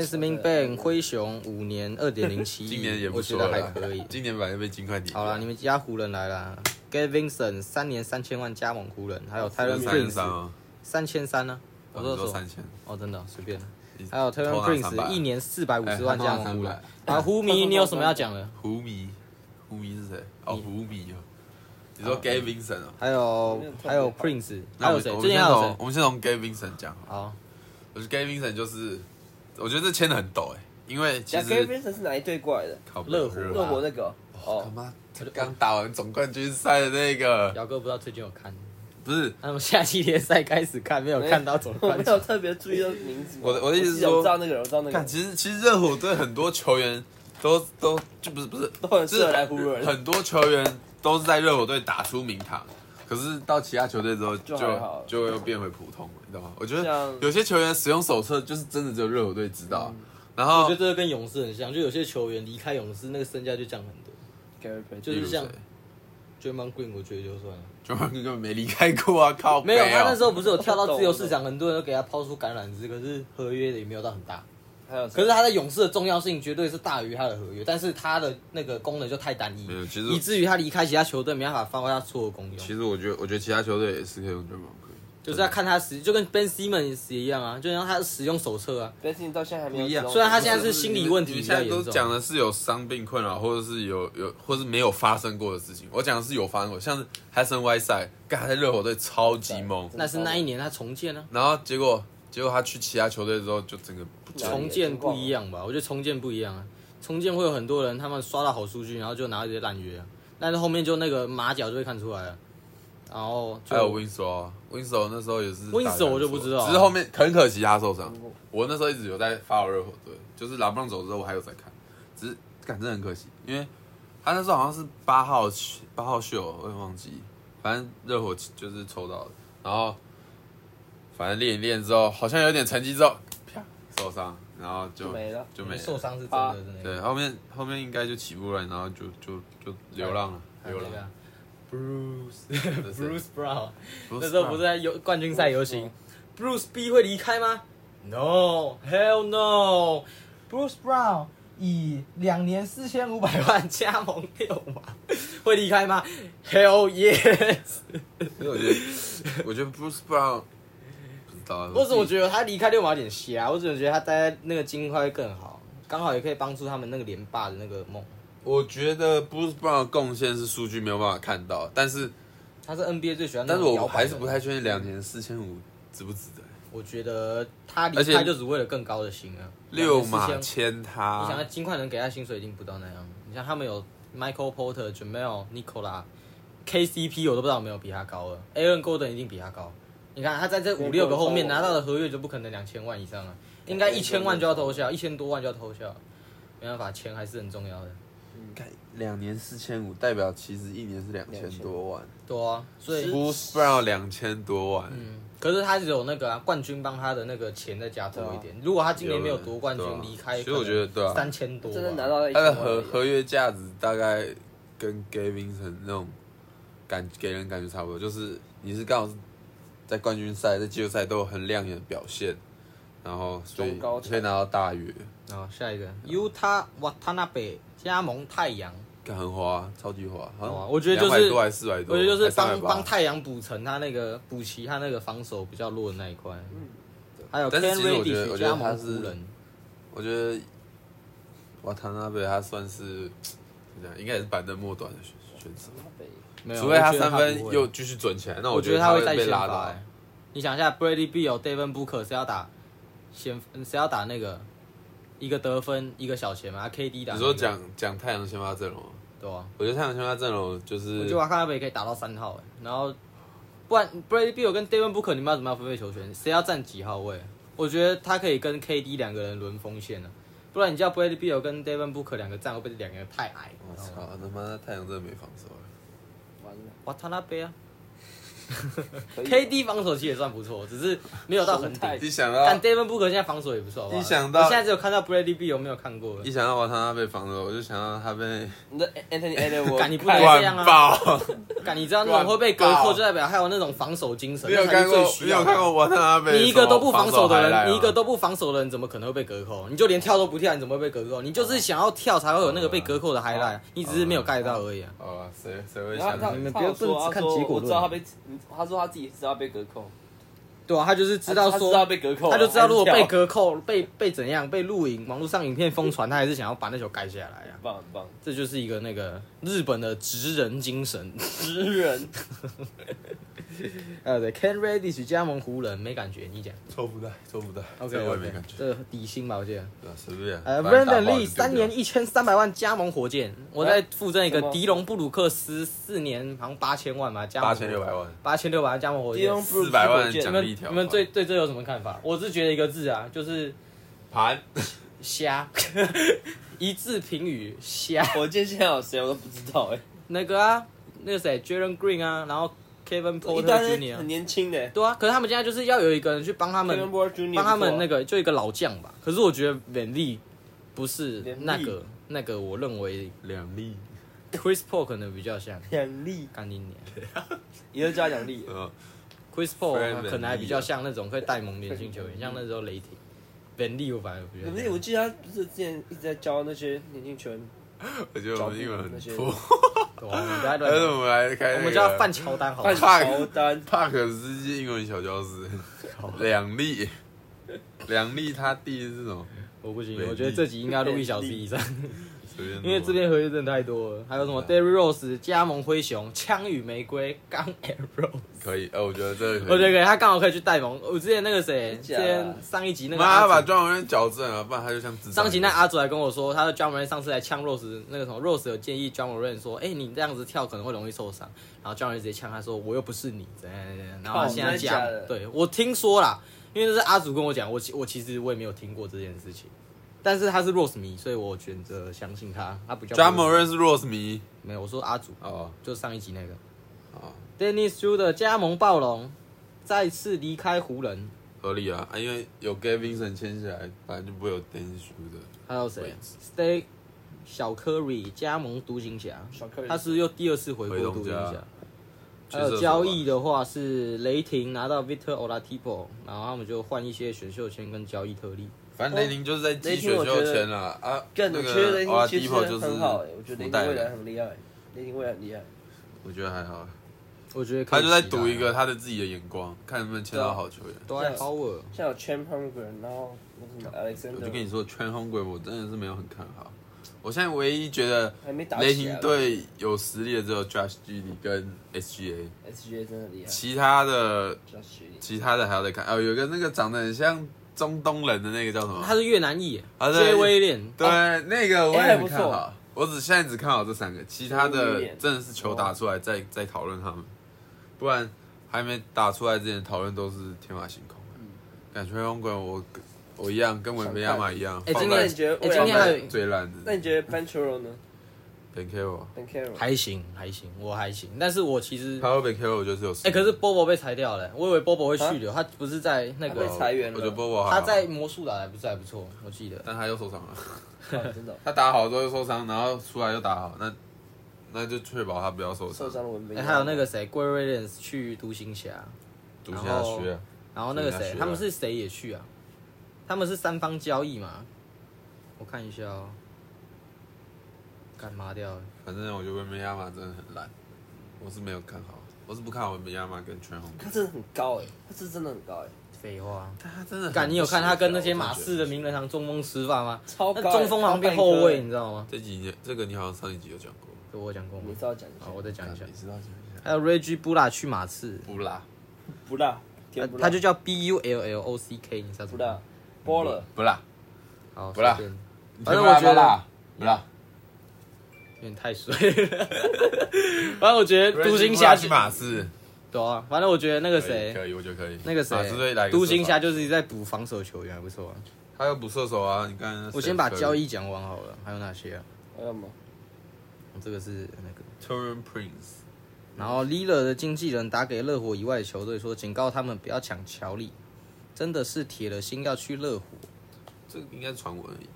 Speaker 4: Dance m i n Bang 灰熊五年二点零七亿，
Speaker 1: 今年也不
Speaker 4: 我觉
Speaker 1: 错
Speaker 4: 得
Speaker 1: 了
Speaker 4: 还
Speaker 1: 啦，
Speaker 4: 可以。
Speaker 1: 今年反正被金块抵。
Speaker 4: 好了，你们家湖人来啦 g a v i n s o n 三年三千万加盟湖人，还有
Speaker 1: 三
Speaker 4: Tyron
Speaker 1: 千三
Speaker 4: Prince
Speaker 1: 啊，
Speaker 4: 三千三呢，我
Speaker 1: 我
Speaker 4: 都
Speaker 1: 说
Speaker 4: 说
Speaker 1: 三千，
Speaker 4: 哦，真的哦随便。
Speaker 1: 你
Speaker 4: 还有
Speaker 1: 偷拿
Speaker 4: Tyron Prince
Speaker 1: 300
Speaker 4: 一年四百五十万
Speaker 1: 啊哎
Speaker 4: 加
Speaker 1: 他
Speaker 4: 盟
Speaker 1: 偷
Speaker 4: 湖
Speaker 1: 拿
Speaker 4: 人。啊，胡迷，你有什么要讲的？
Speaker 1: 胡迷，胡迷是谁？哦，胡迷哦。你说 Gay Vincent 哦？
Speaker 4: 还有还有 Prince，
Speaker 1: 那
Speaker 4: 还
Speaker 1: 我们
Speaker 4: 有谁？
Speaker 1: 我们
Speaker 4: 最近
Speaker 1: 先
Speaker 4: 还有
Speaker 1: 从
Speaker 4: 谁？
Speaker 1: 我们先从 Gay Vincent 讲好。
Speaker 4: 好，
Speaker 1: 我觉得 Gay Vincent 就是，我觉得这签的很陡哎，因为其
Speaker 3: 贾 g a r v i
Speaker 1: 实
Speaker 3: n 是哪一队过来的？
Speaker 1: 靠
Speaker 4: 热火
Speaker 3: 热火那个
Speaker 1: 哦他
Speaker 3: 哦，
Speaker 1: 妈刚打完总冠军赛的那个，
Speaker 4: 姚哥不知道最近有看。
Speaker 1: 不是
Speaker 4: 那我们下期联赛开始看，没有看到总
Speaker 3: 我
Speaker 4: 冠
Speaker 3: 没
Speaker 4: 军
Speaker 3: 有。特别注意到名字嘛。
Speaker 1: 我的我的意思是
Speaker 3: 记得
Speaker 1: 说
Speaker 3: 我知道那个人，我知道那个
Speaker 1: 看，
Speaker 3: 人，
Speaker 1: 其实其实热火队很多球员都都就不是不是，
Speaker 3: 都很适
Speaker 1: 就
Speaker 3: 合
Speaker 1: 是
Speaker 3: 来湖人，
Speaker 1: 很多球员都是在热火队打出名堂，可是到其他球队之后就
Speaker 3: 就还好
Speaker 1: 就又变回普通了，你懂吗？我觉得
Speaker 3: 像
Speaker 1: 有些球员使用手册就是真的只有热火队知道，然
Speaker 4: 嗯
Speaker 1: 后
Speaker 4: 我觉得这个跟勇士很像，就有些球员离开勇士，那个身价就降很多。
Speaker 3: Gary Payton
Speaker 4: 就是像
Speaker 1: 例
Speaker 4: Draymond Green，我觉得就算了。
Speaker 1: 如谁 Jordan 根本没离开过啊，靠
Speaker 4: 没有，
Speaker 1: 北哦
Speaker 4: 他那时候不是有跳到自由市场，很多人都给他抛出橄榄枝，可是合约也没有到很大。
Speaker 3: 还有谁，
Speaker 4: 可是他在勇士的重要性绝对是大于他的合约，但是他的那个功能就太单一
Speaker 1: 没有，其实
Speaker 4: 以至于他离开其他球队没办法发挥他所有功用。
Speaker 1: 其实我觉得我觉得其他球队也是可以用 Jordan
Speaker 4: 就是要看他使，就跟 Ben Simmons 一样啊，就像他的使用手册啊。
Speaker 3: 但是你到现在还没有
Speaker 1: 一样
Speaker 3: 知道
Speaker 4: 虽然他现在是心理问题
Speaker 1: 你
Speaker 4: 比
Speaker 1: 们
Speaker 4: 较
Speaker 1: 现在
Speaker 4: 严
Speaker 1: 都
Speaker 4: 重
Speaker 1: 讲的是有伤病困扰，或者是有有，或是没有发生过的事情。我讲的是有发生过，像是 Hassan Whiteside，干他在热火队超级猛，
Speaker 4: 那是那一年他重建啊，
Speaker 1: 然后结果结果他去其他球队之后就整个不见了
Speaker 4: 重建不一样吧？我觉得重建不一样啊，重建会有很多人他们刷到好数据，然后就拿一些烂约啊，但是后面就那个马脚就会看出来了，然后就
Speaker 1: 还有 Winslow，Winslow 那时候也是打得还错
Speaker 4: Winslow 我就不知道
Speaker 1: 只是后面很可惜他受伤。我那时候一直有在发我热火队，就是拉布朗走之后我还有在看，只是感真的很可惜，因为他那时候好像是八号球八号秀，我也忘记，反正热火就是抽到的，然后反正练一练之后，好像有点成绩之后，啪受伤，然后就
Speaker 3: 就没了
Speaker 1: 就没了
Speaker 5: 受伤是真的，真的。
Speaker 1: 对，啊后面后面应该就起步了，然后就就就流浪了，流浪。
Speaker 4: 啊 Bruce
Speaker 1: 这是
Speaker 4: Bruce Brown，
Speaker 1: 不
Speaker 4: 那时候不是在游冠军赛游行，Bruce B 会离开吗？No，Hell No。
Speaker 5: Bruce Brown 以两年四千五百
Speaker 4: 百万加盟六嘛，会离开吗？Hell yes！
Speaker 1: 因为我觉得，我觉得 Bruce Brown 不知道，
Speaker 4: 我怎么觉得他离开六马有点瞎？我只是觉得他待在那个金块会更好，刚好也可以帮助他们那个连霸的那个梦。
Speaker 1: 我觉得 Bruce Brown 的贡献是数据没有办法看到，但是
Speaker 4: 他是 NBA 最喜欢那
Speaker 1: 但是
Speaker 4: 种
Speaker 1: 我
Speaker 4: 摇摆
Speaker 1: 还
Speaker 4: 的人，
Speaker 1: 是不太确定两年四千五值不值得。
Speaker 4: 我觉得他离
Speaker 1: 而且
Speaker 4: 开就只为了更高的薪啊。
Speaker 1: 六
Speaker 4: 马，
Speaker 1: 马
Speaker 4: 你
Speaker 1: 签
Speaker 4: 想要
Speaker 1: 他，
Speaker 4: 金块能给他薪水一定不到那样。你像他们有 Michael Porter、Jamal、Nicola、KCP，我都不知道有没有比他高了。Aaron Gordon 一定比他高。你看他在这五六个后面拿到的合约就不可能两千万以上了，应该一千万就要偷笑，一千多万就要偷笑。没办法，钱还是很重要的。
Speaker 1: 看两年四千五，代表其实一年是两千多万。
Speaker 4: 对啊，所以
Speaker 1: Bruce Brown 两千多万，
Speaker 4: 嗯，可是他只有那个、啊、冠军帮他的那个钱再加多一点。如果他今年没有夺冠军
Speaker 1: 啊对啊
Speaker 4: 离开，
Speaker 1: 所以我觉得对啊
Speaker 4: 三千多吧，
Speaker 3: 真的拿到了一
Speaker 1: 他
Speaker 3: 千
Speaker 1: 的
Speaker 3: 万
Speaker 1: 合
Speaker 3: 而已
Speaker 1: 合约价值大概跟 Gavinson 那种感给人感觉差不多，就是你是刚好是在冠军赛、在季后赛都有很亮眼的表现，然后所以
Speaker 3: 中高层
Speaker 1: 所以拿到大约，
Speaker 4: 然后下一个 Utah Watanabe 加盟太阳，
Speaker 1: 看很滑，超级滑，好像
Speaker 4: 哇我觉得就是
Speaker 1: 200多还是四百多，
Speaker 4: 我觉得就是
Speaker 1: 还
Speaker 4: 帮
Speaker 1: 380
Speaker 4: 帮。太阳补成他那个补齐他那个防守比较弱的那一块。
Speaker 3: 嗯
Speaker 4: 还有
Speaker 1: 嗯但
Speaker 4: Ken
Speaker 1: 是其实我觉得我
Speaker 4: Reddish
Speaker 1: 觉得
Speaker 4: 加
Speaker 1: 他
Speaker 4: 盟
Speaker 1: 是
Speaker 4: 湖人，
Speaker 1: 我觉得瓦塔纳贝他算是怎么讲，应该也是板凳末端的选选手，
Speaker 4: 没有
Speaker 1: 除非
Speaker 4: 我
Speaker 1: 他
Speaker 4: 觉得
Speaker 1: 三分
Speaker 4: 不会
Speaker 1: 又继续准起来，那
Speaker 4: 我
Speaker 1: 觉得
Speaker 4: 他
Speaker 1: 会
Speaker 4: 带
Speaker 1: 被
Speaker 4: 先
Speaker 1: 拉
Speaker 4: 发
Speaker 1: 到
Speaker 4: 欸。。你想一下，Brady b i l l Devin Booker 谁要打先？谁要打那个一个得分一个小前嘛？KD 打那个、
Speaker 1: 你说讲讲太阳先发阵容吗，
Speaker 4: 对啊，
Speaker 1: 我觉得太阳先发阵容就是
Speaker 4: 我觉得瓦卡纳贝可以打到三号欸，然后不然 Brady b i l l 跟 Devin Booker 你们要怎么样分配球权？谁要站几号位？我觉得他可以跟 KD 两个人轮锋线呢、啊不然你叫 Brady b i l l 跟 Devin Booker 两个站，会不会两个人太矮？
Speaker 1: 我操，他妈的太阳真的没防守了。
Speaker 3: 完了
Speaker 4: 瓦塔纳贝啊
Speaker 1: 哦
Speaker 3: 可以吧
Speaker 4: ，KD 防守其实也算不错，只是没有到很顶
Speaker 3: 太。
Speaker 1: 一想
Speaker 4: 但
Speaker 1: 到
Speaker 4: Devin Booker 现在防守也不错，好不好
Speaker 1: 啊一想到
Speaker 4: 我现在只有看到 Brady B 有没有看过而已
Speaker 1: 一想到瓦塔纳被防守，我就想到他被
Speaker 3: 你的 Anthony Edwards，
Speaker 4: 干你不能
Speaker 3: 看
Speaker 4: 这样啊
Speaker 1: 灌 爆。
Speaker 4: 干，你知道那种会被隔扣，就代表还有那种防守精神。
Speaker 1: 你有看
Speaker 4: 那才
Speaker 1: 过
Speaker 4: 是最
Speaker 1: 你
Speaker 4: 需要
Speaker 1: 有
Speaker 4: 的
Speaker 1: 看过瓦塔纳被？
Speaker 4: 你一个都不防守的人，
Speaker 1: highlight 吗
Speaker 4: 你一个都不防守的人，怎么可能会被隔扣？你就连跳都不跳，你怎么会被隔扣？你就是想要跳才会有那个被隔扣的 highlight，你只是没有盖到而已啊。
Speaker 1: 好了，谁谁会
Speaker 3: 然后
Speaker 1: 想
Speaker 3: 他
Speaker 1: 到
Speaker 3: 他
Speaker 5: 你们不要
Speaker 3: 有说
Speaker 5: 不能只看
Speaker 3: 他说
Speaker 5: 结果
Speaker 3: 我知道他
Speaker 5: 论
Speaker 3: 被，嗯他说他自己知道被隔扣，
Speaker 4: 对啊，他就是知道
Speaker 3: 他
Speaker 4: 说
Speaker 3: 知道被隔扣啊，
Speaker 4: 他就知道如果
Speaker 3: 还
Speaker 4: 被
Speaker 3: 是跳，
Speaker 4: 隔扣、被被怎样、被录影、网络上影片疯传，他还是想要把那球盖下来啊
Speaker 3: 很。棒很棒，
Speaker 4: 这就是一个那个日本的职人精神。
Speaker 3: 直人，
Speaker 4: 呃，对，Ken Reddish 加盟湖人没感觉，你讲。
Speaker 1: 抽不到，抽不到
Speaker 4: OK，
Speaker 1: 这个我也没感觉，
Speaker 4: 这底薪吧，我记得。
Speaker 1: 对啊随便。
Speaker 4: 呃 v
Speaker 1: 反
Speaker 4: a n
Speaker 1: 正打爆就
Speaker 4: d e n Lee
Speaker 1: 丢掉
Speaker 4: 三年一千三百万加盟火箭，我再附赠一个
Speaker 3: 什么
Speaker 4: 迪隆布鲁克斯，四年好像八千万吧，加盟
Speaker 1: 8600万，
Speaker 4: 八千六百万加盟火
Speaker 3: 迪
Speaker 4: 箭。
Speaker 3: 隆
Speaker 1: 四百万
Speaker 4: 你
Speaker 1: 奖
Speaker 4: 们
Speaker 1: 励条款，
Speaker 4: 你们对对这有什么看法？我是觉得一个字啊，就是
Speaker 1: 盘
Speaker 4: 瞎， 一字评语瞎。
Speaker 3: 火箭现在有谁我都不知道哎，
Speaker 4: 那个啊，那个谁，Jalen Green 啊，然后 Kevin
Speaker 3: 一
Speaker 4: Porter
Speaker 3: 般
Speaker 4: Jr.
Speaker 3: 很
Speaker 4: 啊
Speaker 3: 年轻的，
Speaker 4: 对啊，可是他们现在就是要有一个人去帮他们
Speaker 3: Kevin Porter Jr.
Speaker 4: 帮他
Speaker 1: 啊
Speaker 4: 们那
Speaker 3: 个
Speaker 4: 个就一个老将吧。可是我觉得远力不是
Speaker 3: 远力
Speaker 4: 那个那个，我认为
Speaker 1: 两粒，
Speaker 4: Chris Paul 可能比较像
Speaker 3: 奖励，
Speaker 4: 干你娘
Speaker 3: 也是加奖励，
Speaker 1: 嗯，
Speaker 4: Chris Paul
Speaker 1: Fred
Speaker 4: 可能还比
Speaker 1: VanVleet
Speaker 4: 较
Speaker 1: 啊
Speaker 4: 像那种会带萌年轻球员，像那时候雷霆。本利我反而比较
Speaker 3: 可
Speaker 4: 像，
Speaker 3: 是我记得他不是之前一直在教那些年轻球员，
Speaker 1: 我觉得我们英 文很破，
Speaker 4: 对啊我们不要
Speaker 1: 但是
Speaker 4: 乱
Speaker 1: 我哎们
Speaker 4: 讲，
Speaker 1: 来开那
Speaker 4: 我
Speaker 1: 个，
Speaker 4: 们叫范乔丹好
Speaker 3: 范
Speaker 4: 了。
Speaker 3: 乔丹，
Speaker 1: 帕克斯基英文小教师，两粒，两粒他弟是什么？
Speaker 4: 我不行
Speaker 1: 范，
Speaker 4: 我觉得这集应该录一小 时以上，
Speaker 1: 随便弄啊，
Speaker 4: 因为这边合约真的太多了。还有什么 d
Speaker 1: 对
Speaker 4: e r r y Rose 加盟灰熊，枪与玫瑰，钢 Arrow，
Speaker 1: 可以，呃，我觉得这个可以，
Speaker 4: 我觉得可以他刚好可以去带萌。我之前那个谁，之
Speaker 3: 真假的
Speaker 4: 前上一集那个
Speaker 1: 妈
Speaker 4: 阿
Speaker 1: 把
Speaker 4: 祖
Speaker 1: 庄文渊矫正了，不然他就像智障
Speaker 4: 上集那阿祖还跟我说，他的 John Moran 上次来呛 Rose 那个什么 Rose 有建议 John Moran 说，哎、你这样子跳可能会容易受伤，然后 John Moran 直接呛他说，我又不是你，怎样怎样怎样，然后他现在
Speaker 3: 真的假
Speaker 4: 加
Speaker 3: 的，
Speaker 4: 对我听说啦，因为这是阿祖跟我讲，我其我其实我也没有听过这件事情，但是他是 Rose 迷，所以我选择相信他，他不叫
Speaker 1: 庄文渊是 Rose 迷
Speaker 4: 没有，我说阿祖，
Speaker 1: 哦
Speaker 4: 就上一集那个
Speaker 1: 哦，
Speaker 4: Dennis Schroder 加盟暴龙，再次离开湖人，
Speaker 1: 合理啊，啊因为有 Gavin s o n 签下来，反正就不会有 Dan 输的。
Speaker 4: 还有
Speaker 1: 位
Speaker 4: 谁
Speaker 1: 置
Speaker 4: ？Stay 小 Curry 加盟独行侠，
Speaker 3: 小克
Speaker 4: 他是又第二次回国
Speaker 1: 回东
Speaker 4: 独行
Speaker 1: 家
Speaker 4: 侠。还有交易的话是雷霆拿到 Victor Oladipo，然后他们就换一些选秀签跟交易特例。
Speaker 1: 反正雷霆就是在
Speaker 3: 雷
Speaker 1: 季
Speaker 3: 霆
Speaker 1: 选
Speaker 3: 我觉
Speaker 1: 秀
Speaker 3: 得
Speaker 1: 签了啊。
Speaker 3: 干，
Speaker 1: 那
Speaker 3: 我
Speaker 1: 个
Speaker 3: 觉得哦雷霆其
Speaker 1: Oladipo
Speaker 3: 实
Speaker 1: 就是
Speaker 3: 很好哎，我觉
Speaker 1: 福
Speaker 3: 得雷霆
Speaker 1: 袋
Speaker 3: 未来
Speaker 1: 的，
Speaker 3: 很厉害，雷霆未来很厉害。
Speaker 1: 我觉得还好。
Speaker 4: 我觉得可
Speaker 1: 他
Speaker 4: 以
Speaker 1: 就在
Speaker 4: 期待
Speaker 1: 赌一个
Speaker 4: 啊，
Speaker 1: 他的自己的眼光，看能不能签
Speaker 3: 啊
Speaker 1: 到好球员。
Speaker 4: 都在 Power。
Speaker 3: 像有 Champ Hunger，然后那个
Speaker 1: 我就
Speaker 3: 什么 Alexander，
Speaker 1: 跟你说，全红鬼我真的是没有很看好。我现在唯一觉得
Speaker 3: 还没打起来
Speaker 1: 雷霆队有实力的只有 Josh g i d y 跟 SGA，
Speaker 3: SGA 真的厉害，
Speaker 1: 其他的
Speaker 3: 比较实力。
Speaker 1: 其他的还要再看。哦，有一个那个长得很像中东人的那个叫什么？
Speaker 4: 他是越南裔
Speaker 1: 啊对
Speaker 4: ，J 威廉，
Speaker 1: 对、那个我也
Speaker 3: 哎
Speaker 1: 很
Speaker 3: 不
Speaker 1: 看
Speaker 3: 错
Speaker 1: 好，我只现在只看好这三个，其他
Speaker 3: 有
Speaker 1: 的
Speaker 3: 点
Speaker 1: 真的是球打出来再再讨论他们，不然还没打出来之前讨论都是天马行空。
Speaker 3: 嗯
Speaker 1: 感觉红鬼我我一样跟文贝亚马一样，
Speaker 4: 哎
Speaker 1: 放
Speaker 4: 今
Speaker 1: 在
Speaker 3: 那
Speaker 4: 天
Speaker 3: 你觉得
Speaker 4: 哎
Speaker 3: 未
Speaker 4: 今天还
Speaker 3: 来？
Speaker 1: 在
Speaker 4: 有
Speaker 1: 啊最烂的。
Speaker 3: 那你觉得 b a n c h e r o 呢
Speaker 1: Ben Carroll，
Speaker 3: b a n c h e r o
Speaker 4: 还行还行，我还行，但是我其实
Speaker 1: 他和 Ben Carroll 我觉得是有实力。
Speaker 4: 哎、可是 Bobo 被裁掉了、我以为 Bobo 会去留，他不是在那
Speaker 3: 被
Speaker 4: 个
Speaker 3: 裁员了
Speaker 1: 我觉得 Bobo 还好
Speaker 4: 他在，魔术打的不是还不错，我记得。
Speaker 1: 但他又受伤了。
Speaker 3: 真的哦
Speaker 1: 他打好之后又受伤，然后出来又打好，那那就确保他不要受伤
Speaker 3: 受。伤的文
Speaker 4: 哎、
Speaker 3: 贝亚，
Speaker 4: 还有那个谁 g w y l i a m s 去独行侠，
Speaker 1: 读下学，
Speaker 4: 然后那个
Speaker 1: 独行
Speaker 4: 谁
Speaker 1: 侠，去了
Speaker 4: 他们是谁也去啊？他们是三方交易嘛？我看一下哦、干嘛掉了？
Speaker 1: 反正我觉得文贝亚马真的很烂，我是没有看好，我是不看好文贝亚马跟全红。
Speaker 3: 他真的很高哎，他是真的很高哎，
Speaker 4: 废话。
Speaker 1: 但他真的很
Speaker 4: 干，你有看他跟那些马刺
Speaker 1: 我真的
Speaker 4: 的
Speaker 1: 觉得
Speaker 4: 名人堂中锋吃饭吗？
Speaker 3: 超
Speaker 4: 那
Speaker 3: 高欸
Speaker 4: 中锋好像变后卫，你，知道吗？
Speaker 1: 这几年这个你好像上一集有讲过，
Speaker 4: 这我有讲过
Speaker 3: 超高欸
Speaker 4: 吗
Speaker 3: 你？知道讲一下
Speaker 4: 好，，我再讲一下
Speaker 1: 你。知道讲一下。
Speaker 4: 还有 Reggie Bula 去马刺，
Speaker 1: 不啦，
Speaker 3: 不辣，
Speaker 4: 他
Speaker 3: 甜不辣，
Speaker 4: 哎他就叫 B U L L O C K，你知道
Speaker 3: 不
Speaker 4: 怎么
Speaker 3: 辣
Speaker 4: 吗？
Speaker 3: 波了，
Speaker 1: 不啦，
Speaker 4: 好，
Speaker 1: 不啦
Speaker 4: 随便
Speaker 1: 反
Speaker 4: 反
Speaker 1: 正
Speaker 4: 正
Speaker 1: 我
Speaker 4: 我
Speaker 1: 觉
Speaker 4: 觉得
Speaker 1: 得不啦，
Speaker 4: 有点太水了。 反正我觉得独行侠
Speaker 1: 啊去马刺，
Speaker 4: 对啊，反正我觉得那个
Speaker 1: 可以
Speaker 4: 谁，
Speaker 1: 可以，我觉得可以。
Speaker 4: 那个
Speaker 1: 马刺队
Speaker 4: 谁
Speaker 1: 啊来，个
Speaker 4: 独行
Speaker 1: 射
Speaker 4: 侠
Speaker 1: 手，
Speaker 4: 就是一直在补防守球员，还不错啊。
Speaker 1: 他又补射手啊，你看。
Speaker 4: 我先把交易讲完好了，还有哪些啊？哦
Speaker 3: 还有吗？
Speaker 4: 这个是那个。
Speaker 1: Turin Prince，
Speaker 4: 然后 l i l a 的经纪人打给热火以外的球队说，警告他们不要抢乔里，真的是铁了心要去热火。
Speaker 1: 这个应该是传闻而已。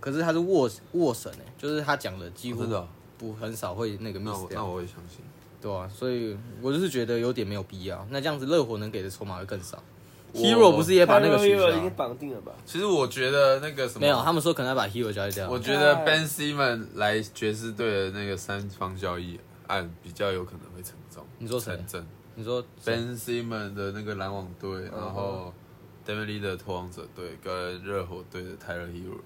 Speaker 4: 可是他是沃沃神哎、就是他讲的几乎
Speaker 1: 真的哦
Speaker 4: 不很少会那个
Speaker 1: 那
Speaker 4: miss
Speaker 1: 我那
Speaker 4: 掉，
Speaker 1: 我会相信。
Speaker 4: 对啊，所以我就是觉得有点没有必要。那这样子热火能给的筹码会更少。
Speaker 1: 我
Speaker 4: Hero 不是也把那个取消
Speaker 3: Hero 已经
Speaker 4: 啊？
Speaker 3: 绑定了吧？
Speaker 1: 其实我觉得那个什么
Speaker 4: 没有，他们说可能要把 Hero 交易掉啊
Speaker 1: 我。觉得
Speaker 3: 对
Speaker 1: Ben Simmons 来爵士队的那个三方交易案比较有可能会成功。
Speaker 4: 你说谁
Speaker 1: 成真
Speaker 4: 你说
Speaker 1: ？Ben Simmons 的那个篮网队，然
Speaker 4: 哦
Speaker 1: 后 d a m i l e 的拓王者队跟热火队的 Tyler Hero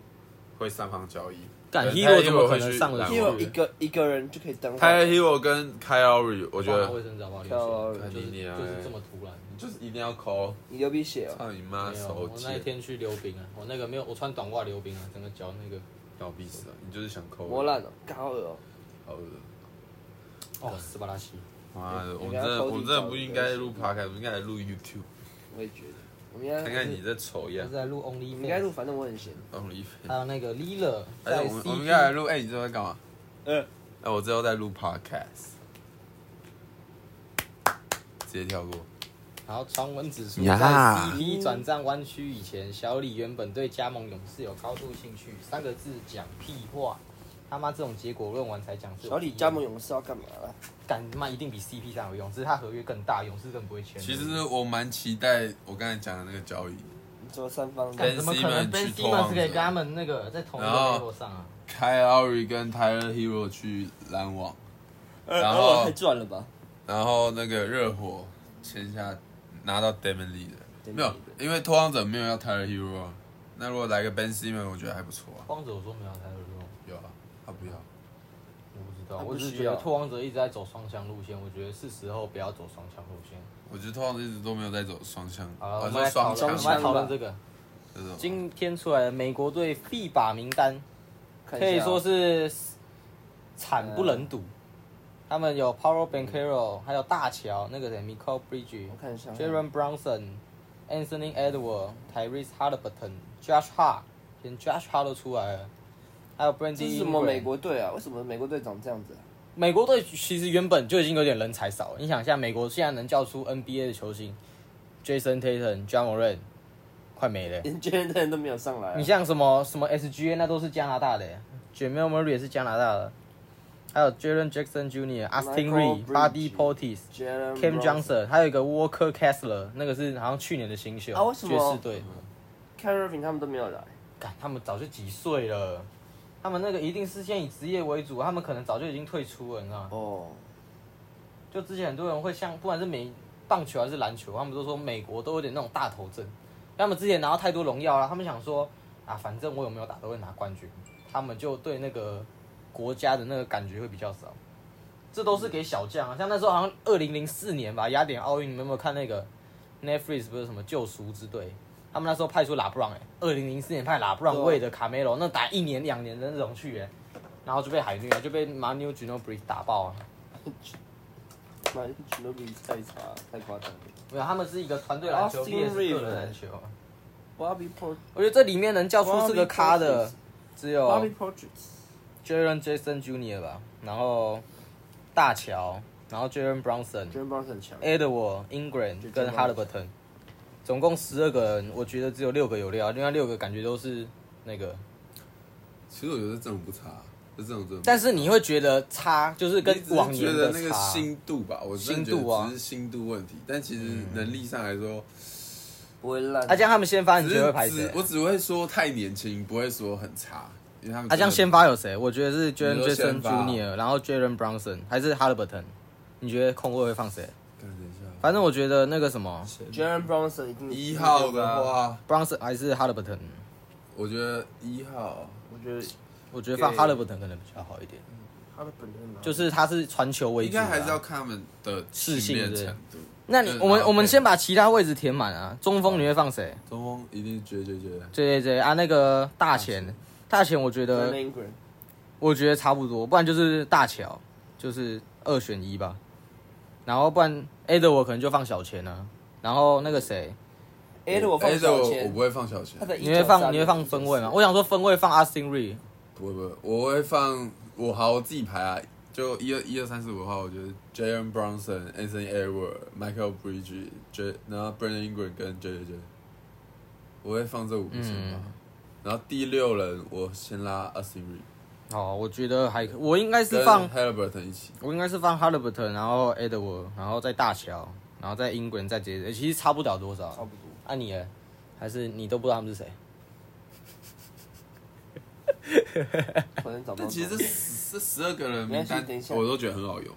Speaker 1: 会三方交易。
Speaker 4: 干
Speaker 1: 对
Speaker 4: Hero
Speaker 1: Tyler
Speaker 4: 怎么可
Speaker 1: 会
Speaker 4: 能
Speaker 1: 去
Speaker 4: 上得
Speaker 1: 篮
Speaker 4: 去
Speaker 1: 网
Speaker 3: Hero 一个一个人就可以当
Speaker 1: Tyler Hero 跟 Kyle Lowry，我
Speaker 4: 我
Speaker 1: 觉得
Speaker 4: 卫生纸好不好？
Speaker 3: Kyle
Speaker 1: 看你娘
Speaker 4: 就是
Speaker 1: 欸
Speaker 4: 这么突然。
Speaker 1: 就是一定要 call，
Speaker 3: 你流鼻血
Speaker 4: 啊
Speaker 3: 哦，
Speaker 1: 操你妈
Speaker 4: 没有，
Speaker 1: 手
Speaker 4: 我那一
Speaker 1: 贱，
Speaker 4: 天去溜冰啊，我那个没有，我穿短袜溜冰啊，整个脚那个
Speaker 1: 要逼死啊了，你就是想 call，
Speaker 3: 磨烂了，高恶哦，
Speaker 1: 好恶。
Speaker 4: 哦，斯巴拉西。
Speaker 1: 妈的，我
Speaker 3: 你
Speaker 1: 们
Speaker 3: 给他
Speaker 1: 真的，
Speaker 3: 扣
Speaker 1: 我
Speaker 3: 地
Speaker 1: 们真的
Speaker 3: 找
Speaker 1: 不
Speaker 3: 一
Speaker 1: 应
Speaker 3: 个
Speaker 1: 该录
Speaker 4: 嗯
Speaker 1: podcast，我们应该来录 YouTube，
Speaker 3: 我也觉得，我们应该
Speaker 1: 看看你这丑
Speaker 4: 他
Speaker 1: 样
Speaker 4: 是。在录 Only，
Speaker 3: 你应该录，反正我很闲。
Speaker 1: 当李飞。
Speaker 4: 还有那个 Lila
Speaker 1: 哎，
Speaker 4: 在
Speaker 1: 我们我们应
Speaker 4: CP，
Speaker 1: 该来录，哎，你这在干嘛？
Speaker 3: 嗯，
Speaker 1: 哎，我之后在录 podcast，直接跳过。
Speaker 4: 然后传闻指数在
Speaker 1: 呀
Speaker 4: CP 转战湾区以前，小李原本对加盟勇士有高度兴趣，三个字讲屁话。他妈这种结果论完才讲是有屁用，
Speaker 3: 小李加盟勇士要干嘛啦？
Speaker 4: 干他妈一定比 CP 上有用，只是他合约更大，勇士更不会签。
Speaker 1: 其实我蛮期待我刚才讲的那个交易
Speaker 3: 你说三方的
Speaker 4: 干怎么可
Speaker 1: Ben
Speaker 4: 能 Ben
Speaker 1: Simmons 去拓王
Speaker 4: Simmons
Speaker 1: 者
Speaker 4: 可以跟他们那个在同一个
Speaker 1: 然后
Speaker 4: level 上啊？
Speaker 1: ，Kyle Lowry 跟 Tyler Hero 去篮网，然后
Speaker 3: 呃哦太赚了吧？
Speaker 1: 然后那个热火签下拿到 Damon Lee 的，
Speaker 3: Damon
Speaker 1: 没有，因为拓荒者没有要 Tyler Hero，啊那如果来个 Ben Simmons，我觉得还不错啊。
Speaker 4: 光子我说没有，他就说。
Speaker 1: 有啊，他不要。
Speaker 4: 我不知道，
Speaker 3: 他不
Speaker 4: 我只是
Speaker 3: 需
Speaker 4: 觉得
Speaker 3: 要
Speaker 4: 拓王者一直在走双向路线，我觉得是时候不要走双向路线。
Speaker 1: 我觉得拓荒者一直都没有在走双向，
Speaker 4: 好了，我
Speaker 1: 啊，
Speaker 4: 们
Speaker 1: 说
Speaker 4: 来讨
Speaker 1: 双
Speaker 4: 论，
Speaker 1: 枪
Speaker 4: 我们来讨
Speaker 3: 双枪
Speaker 4: 论
Speaker 3: 吧
Speaker 4: 这个。
Speaker 1: 这种。
Speaker 4: 今天出来的美国队必把名单
Speaker 3: 看一下哦
Speaker 4: 可以说是惨不忍睹，嗯他们有 Paolo Banchero，还有大乔，那个谁 Michael Bridge
Speaker 3: 我、看一下
Speaker 4: Jaren Brunson、Anthony Edward、Tyrese Halliburton、Josh Hart，连 Josh Hart 都出来了，还有
Speaker 3: 这
Speaker 4: Brandon
Speaker 3: 是什么美国队啊？为什么美国队长这样子啊？
Speaker 4: 美国队其实原本就已经有点人才少了，你想一下，美国现在能叫出 NBA 的球星，Jason Tatum、John Moran，快没了。
Speaker 3: 连 j a 人都没有上来啊、
Speaker 4: 你像什么什么 SGA 那都是加拿大的 j a m e l Murray 也是加拿大的，还有 Jalen Jackson Jr.、Austin
Speaker 3: Michael
Speaker 4: Reed、Buddy
Speaker 3: Bridges
Speaker 4: Portis、
Speaker 3: Jalen
Speaker 4: Cam
Speaker 3: Brunson
Speaker 4: Johnson，还有一个 Walker Kessler，那个是好像去年的新秀，
Speaker 3: 啊为什
Speaker 4: 爵
Speaker 3: 么
Speaker 4: 士队。
Speaker 3: c a r i n 他们都没有来，
Speaker 4: 干，他们早就几岁了，他们那个一定是先以职业为主，他们可能早就已经退出了，你知道吗？
Speaker 3: 哦，
Speaker 4: 就之前很多人会像，不管是美棒球还是篮球，他们都说美国都有点那种大头症，他们之前拿到太多荣耀了，他们想说啊，反正我有没有打都会拿冠军，他们就对那个国家的那个感觉会比较少。这都是给小将啊，像那时候好像二零零四年吧，雅典奥运，你们有没有看那个 Netflix 不是什么救赎之队？他们那时候派出拉布朗哎、2二零零四年派拉布朗
Speaker 3: 对啊
Speaker 4: 为的卡梅隆，那打一年两年的那种去哎、然后就被海虐，就被 Manu Ginobili 打爆啊。
Speaker 3: 那全都比赛差，太夸张了。
Speaker 4: 没有，他们是一个团队篮球，
Speaker 3: Austin
Speaker 4: 毕业是个
Speaker 3: Reeves
Speaker 4: 人篮球。
Speaker 3: Bobby Port
Speaker 4: 我觉得这里面能叫出这个咖
Speaker 3: Bobby Portis
Speaker 4: 的，只有
Speaker 3: Bobby Portrait，
Speaker 4: Jalen Jason Jr. 吧，然后大乔，然后 Jalen Brownson、
Speaker 3: j a m b r o n 很
Speaker 4: 哎
Speaker 3: 强，
Speaker 4: Edward Ingram 跟 Halliburton，总共十二个人，我觉得只有六个有料，另外六个感觉都是那个。
Speaker 1: 其实我觉得阵容不差，啊这阵容真的不差。
Speaker 4: 但是你会觉得差，就是跟
Speaker 1: 你只是
Speaker 4: 往
Speaker 1: 觉
Speaker 4: 年
Speaker 1: 得
Speaker 4: 的
Speaker 1: 那个
Speaker 4: 差。
Speaker 1: 心度吧，我真的觉
Speaker 4: 心度
Speaker 1: 得
Speaker 4: 啊嗯
Speaker 1: 只是心度问题，但其实能力上来说，
Speaker 3: 不会烂。
Speaker 4: 啊，这样他们先发，你
Speaker 1: 只
Speaker 4: 觉得会排
Speaker 1: 是
Speaker 4: 谁
Speaker 1: 只？我只会说太年轻，不会说很差，因为他们
Speaker 4: 啊，这样先发有谁？我觉得是 Jalen
Speaker 1: 你说
Speaker 4: Jason
Speaker 1: 先发啊
Speaker 4: Jr.，然后 Jalen Brownson 还是 Halliburton？你觉得控卫会放谁？
Speaker 1: 等一下，
Speaker 4: 反正我觉得那个什么
Speaker 3: j a m b r o n s o n 一定
Speaker 1: 一号的，话，
Speaker 4: Bronson 还是 Halliburton，
Speaker 1: 我觉得一号
Speaker 3: 我觉得
Speaker 4: 我觉得放
Speaker 3: 对
Speaker 4: Halliburton 可能比较好一点，
Speaker 3: 他的本啊身
Speaker 4: 就是是他是传球
Speaker 1: 嗯
Speaker 4: 为
Speaker 1: 应
Speaker 4: 主的
Speaker 1: 该
Speaker 4: 啊、
Speaker 1: 还是要看他们的
Speaker 4: 适
Speaker 1: 训
Speaker 4: 性
Speaker 1: 练
Speaker 4: 对不对
Speaker 1: 程度。
Speaker 4: 那
Speaker 1: 就
Speaker 4: 你
Speaker 1: 是
Speaker 4: 我们
Speaker 1: 然后
Speaker 4: 我们
Speaker 1: 配
Speaker 4: 先把其他位置填满啊，中锋你会放谁？
Speaker 1: 中锋一定是 J J J，
Speaker 4: 对对对啊，那个大前大前我觉
Speaker 3: j a
Speaker 4: 得
Speaker 3: l e n g r a n
Speaker 4: 我觉得差不多，不然就是大乔，就是二选一吧。然后不然 A 的我可能就放小前了、然后那个谁，哎
Speaker 3: a d 我放
Speaker 1: A 的
Speaker 3: 小
Speaker 1: 我哎我
Speaker 3: 前
Speaker 1: 不，会放小前
Speaker 3: 他，的
Speaker 4: 你会放你会放分位吗？我想说分位放 Austin Reed，
Speaker 1: 不会不会，我会放我好我自己排啊，就一二一二三四五的话，我觉得 Jalen Brownson、Anthony Edward、Michael Bridges、J 然后 Brandon Ingram 跟 J J J，我会放这五个先发，
Speaker 4: 嗯
Speaker 1: 然后第六人我先拉 Austin Reed
Speaker 4: 哦，我觉得还可，我应该是
Speaker 1: 跟
Speaker 4: 放
Speaker 1: Halliburton 一起，
Speaker 4: 我应该是放 Halliburton，然后 Edward，然后再大乔，然后再英国人，再接着，其实差不了多
Speaker 3: 差
Speaker 4: 少。
Speaker 3: 不多，
Speaker 4: 啊你呢？还是你都不知道他们是谁？
Speaker 3: 可能找不到。
Speaker 1: 但其实这十这十二个人名
Speaker 3: 没
Speaker 1: 单
Speaker 3: 关系等一下
Speaker 1: 我都觉得很好用，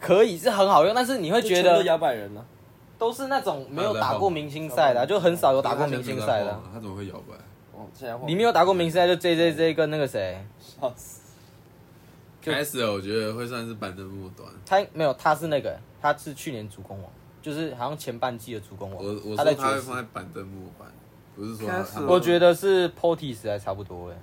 Speaker 4: 可以是很好用，但是你会觉
Speaker 3: 全部都
Speaker 4: 得
Speaker 3: 摇摆人呢，啊
Speaker 4: 都是那种没有打过明星赛的啊、
Speaker 3: 对
Speaker 4: 就很少有打过明星
Speaker 1: 可是
Speaker 4: 赛
Speaker 1: 他现在没
Speaker 4: 的
Speaker 1: 在
Speaker 4: 啊
Speaker 1: 晃。啊，他怎么会摇摆？
Speaker 3: 哦，现在换
Speaker 4: 你没有打过明星赛，就 J J J 跟那个谁，
Speaker 3: 笑死，
Speaker 4: 就
Speaker 1: 开始了我觉得会算是板凳末端，
Speaker 4: 他没有，他是那个，他是去年主攻王，就是好像前半季的主攻王。
Speaker 1: 我我说
Speaker 4: 他在
Speaker 1: 他会
Speaker 4: 爵士
Speaker 1: 放，在板凳末端，不是说
Speaker 3: 开
Speaker 1: 他
Speaker 3: 始
Speaker 1: 他们
Speaker 4: 我觉得是 Portis 还差不多哎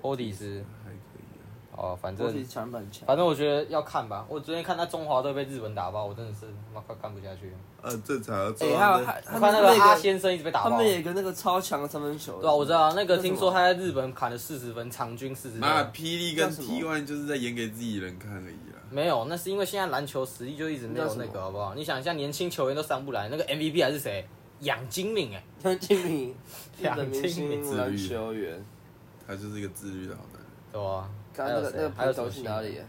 Speaker 4: ，Portis
Speaker 1: 还可以啊。
Speaker 4: 哦，反
Speaker 3: 我
Speaker 4: 正
Speaker 3: 是强板强，
Speaker 4: 反正我觉得要看吧。我昨天看他中华队被日本打爆，我真的是他妈快看不下去了。
Speaker 1: 呃，正常的。
Speaker 3: 哎，
Speaker 1: 中
Speaker 3: 还
Speaker 1: 央
Speaker 3: 有
Speaker 1: 的
Speaker 3: 还
Speaker 4: 我
Speaker 3: 他
Speaker 4: 看
Speaker 3: 们
Speaker 4: 那
Speaker 3: 那
Speaker 4: 个阿
Speaker 3: 个
Speaker 4: 先生一直被打
Speaker 3: 他
Speaker 4: 爆。
Speaker 3: 们有
Speaker 4: 对
Speaker 3: 一个那个超强的三分球，
Speaker 4: 啊，我知道啊那个
Speaker 3: 那什么
Speaker 4: 听说他在日本砍了四十分，场均四十
Speaker 1: 妈
Speaker 4: 分
Speaker 1: 的。霹雳跟
Speaker 3: 叫什么
Speaker 1: T One 就是在演给自己人看而已啊啦。
Speaker 4: 没有，那是因为现在篮球实力就一直没有那
Speaker 3: 那叫什
Speaker 4: 个，
Speaker 3: 么
Speaker 4: 好不好？你想一下，年轻球员都上不来，那个 MVP 还是谁？养精敏哎，
Speaker 3: 杨敬敏，日
Speaker 4: 杨
Speaker 3: 本明
Speaker 4: 敬敏
Speaker 1: 自
Speaker 3: 星篮
Speaker 1: 律
Speaker 3: 球员，
Speaker 1: 他就是一个自律的好男人。
Speaker 4: 对吧？
Speaker 3: 刚
Speaker 4: 还
Speaker 3: 刚那
Speaker 4: 有
Speaker 3: 个那个
Speaker 4: 谁？还有
Speaker 3: 朋
Speaker 4: 什
Speaker 3: 友
Speaker 4: 么
Speaker 3: 去
Speaker 4: 新
Speaker 3: 哪
Speaker 4: 闻
Speaker 3: 里？啊？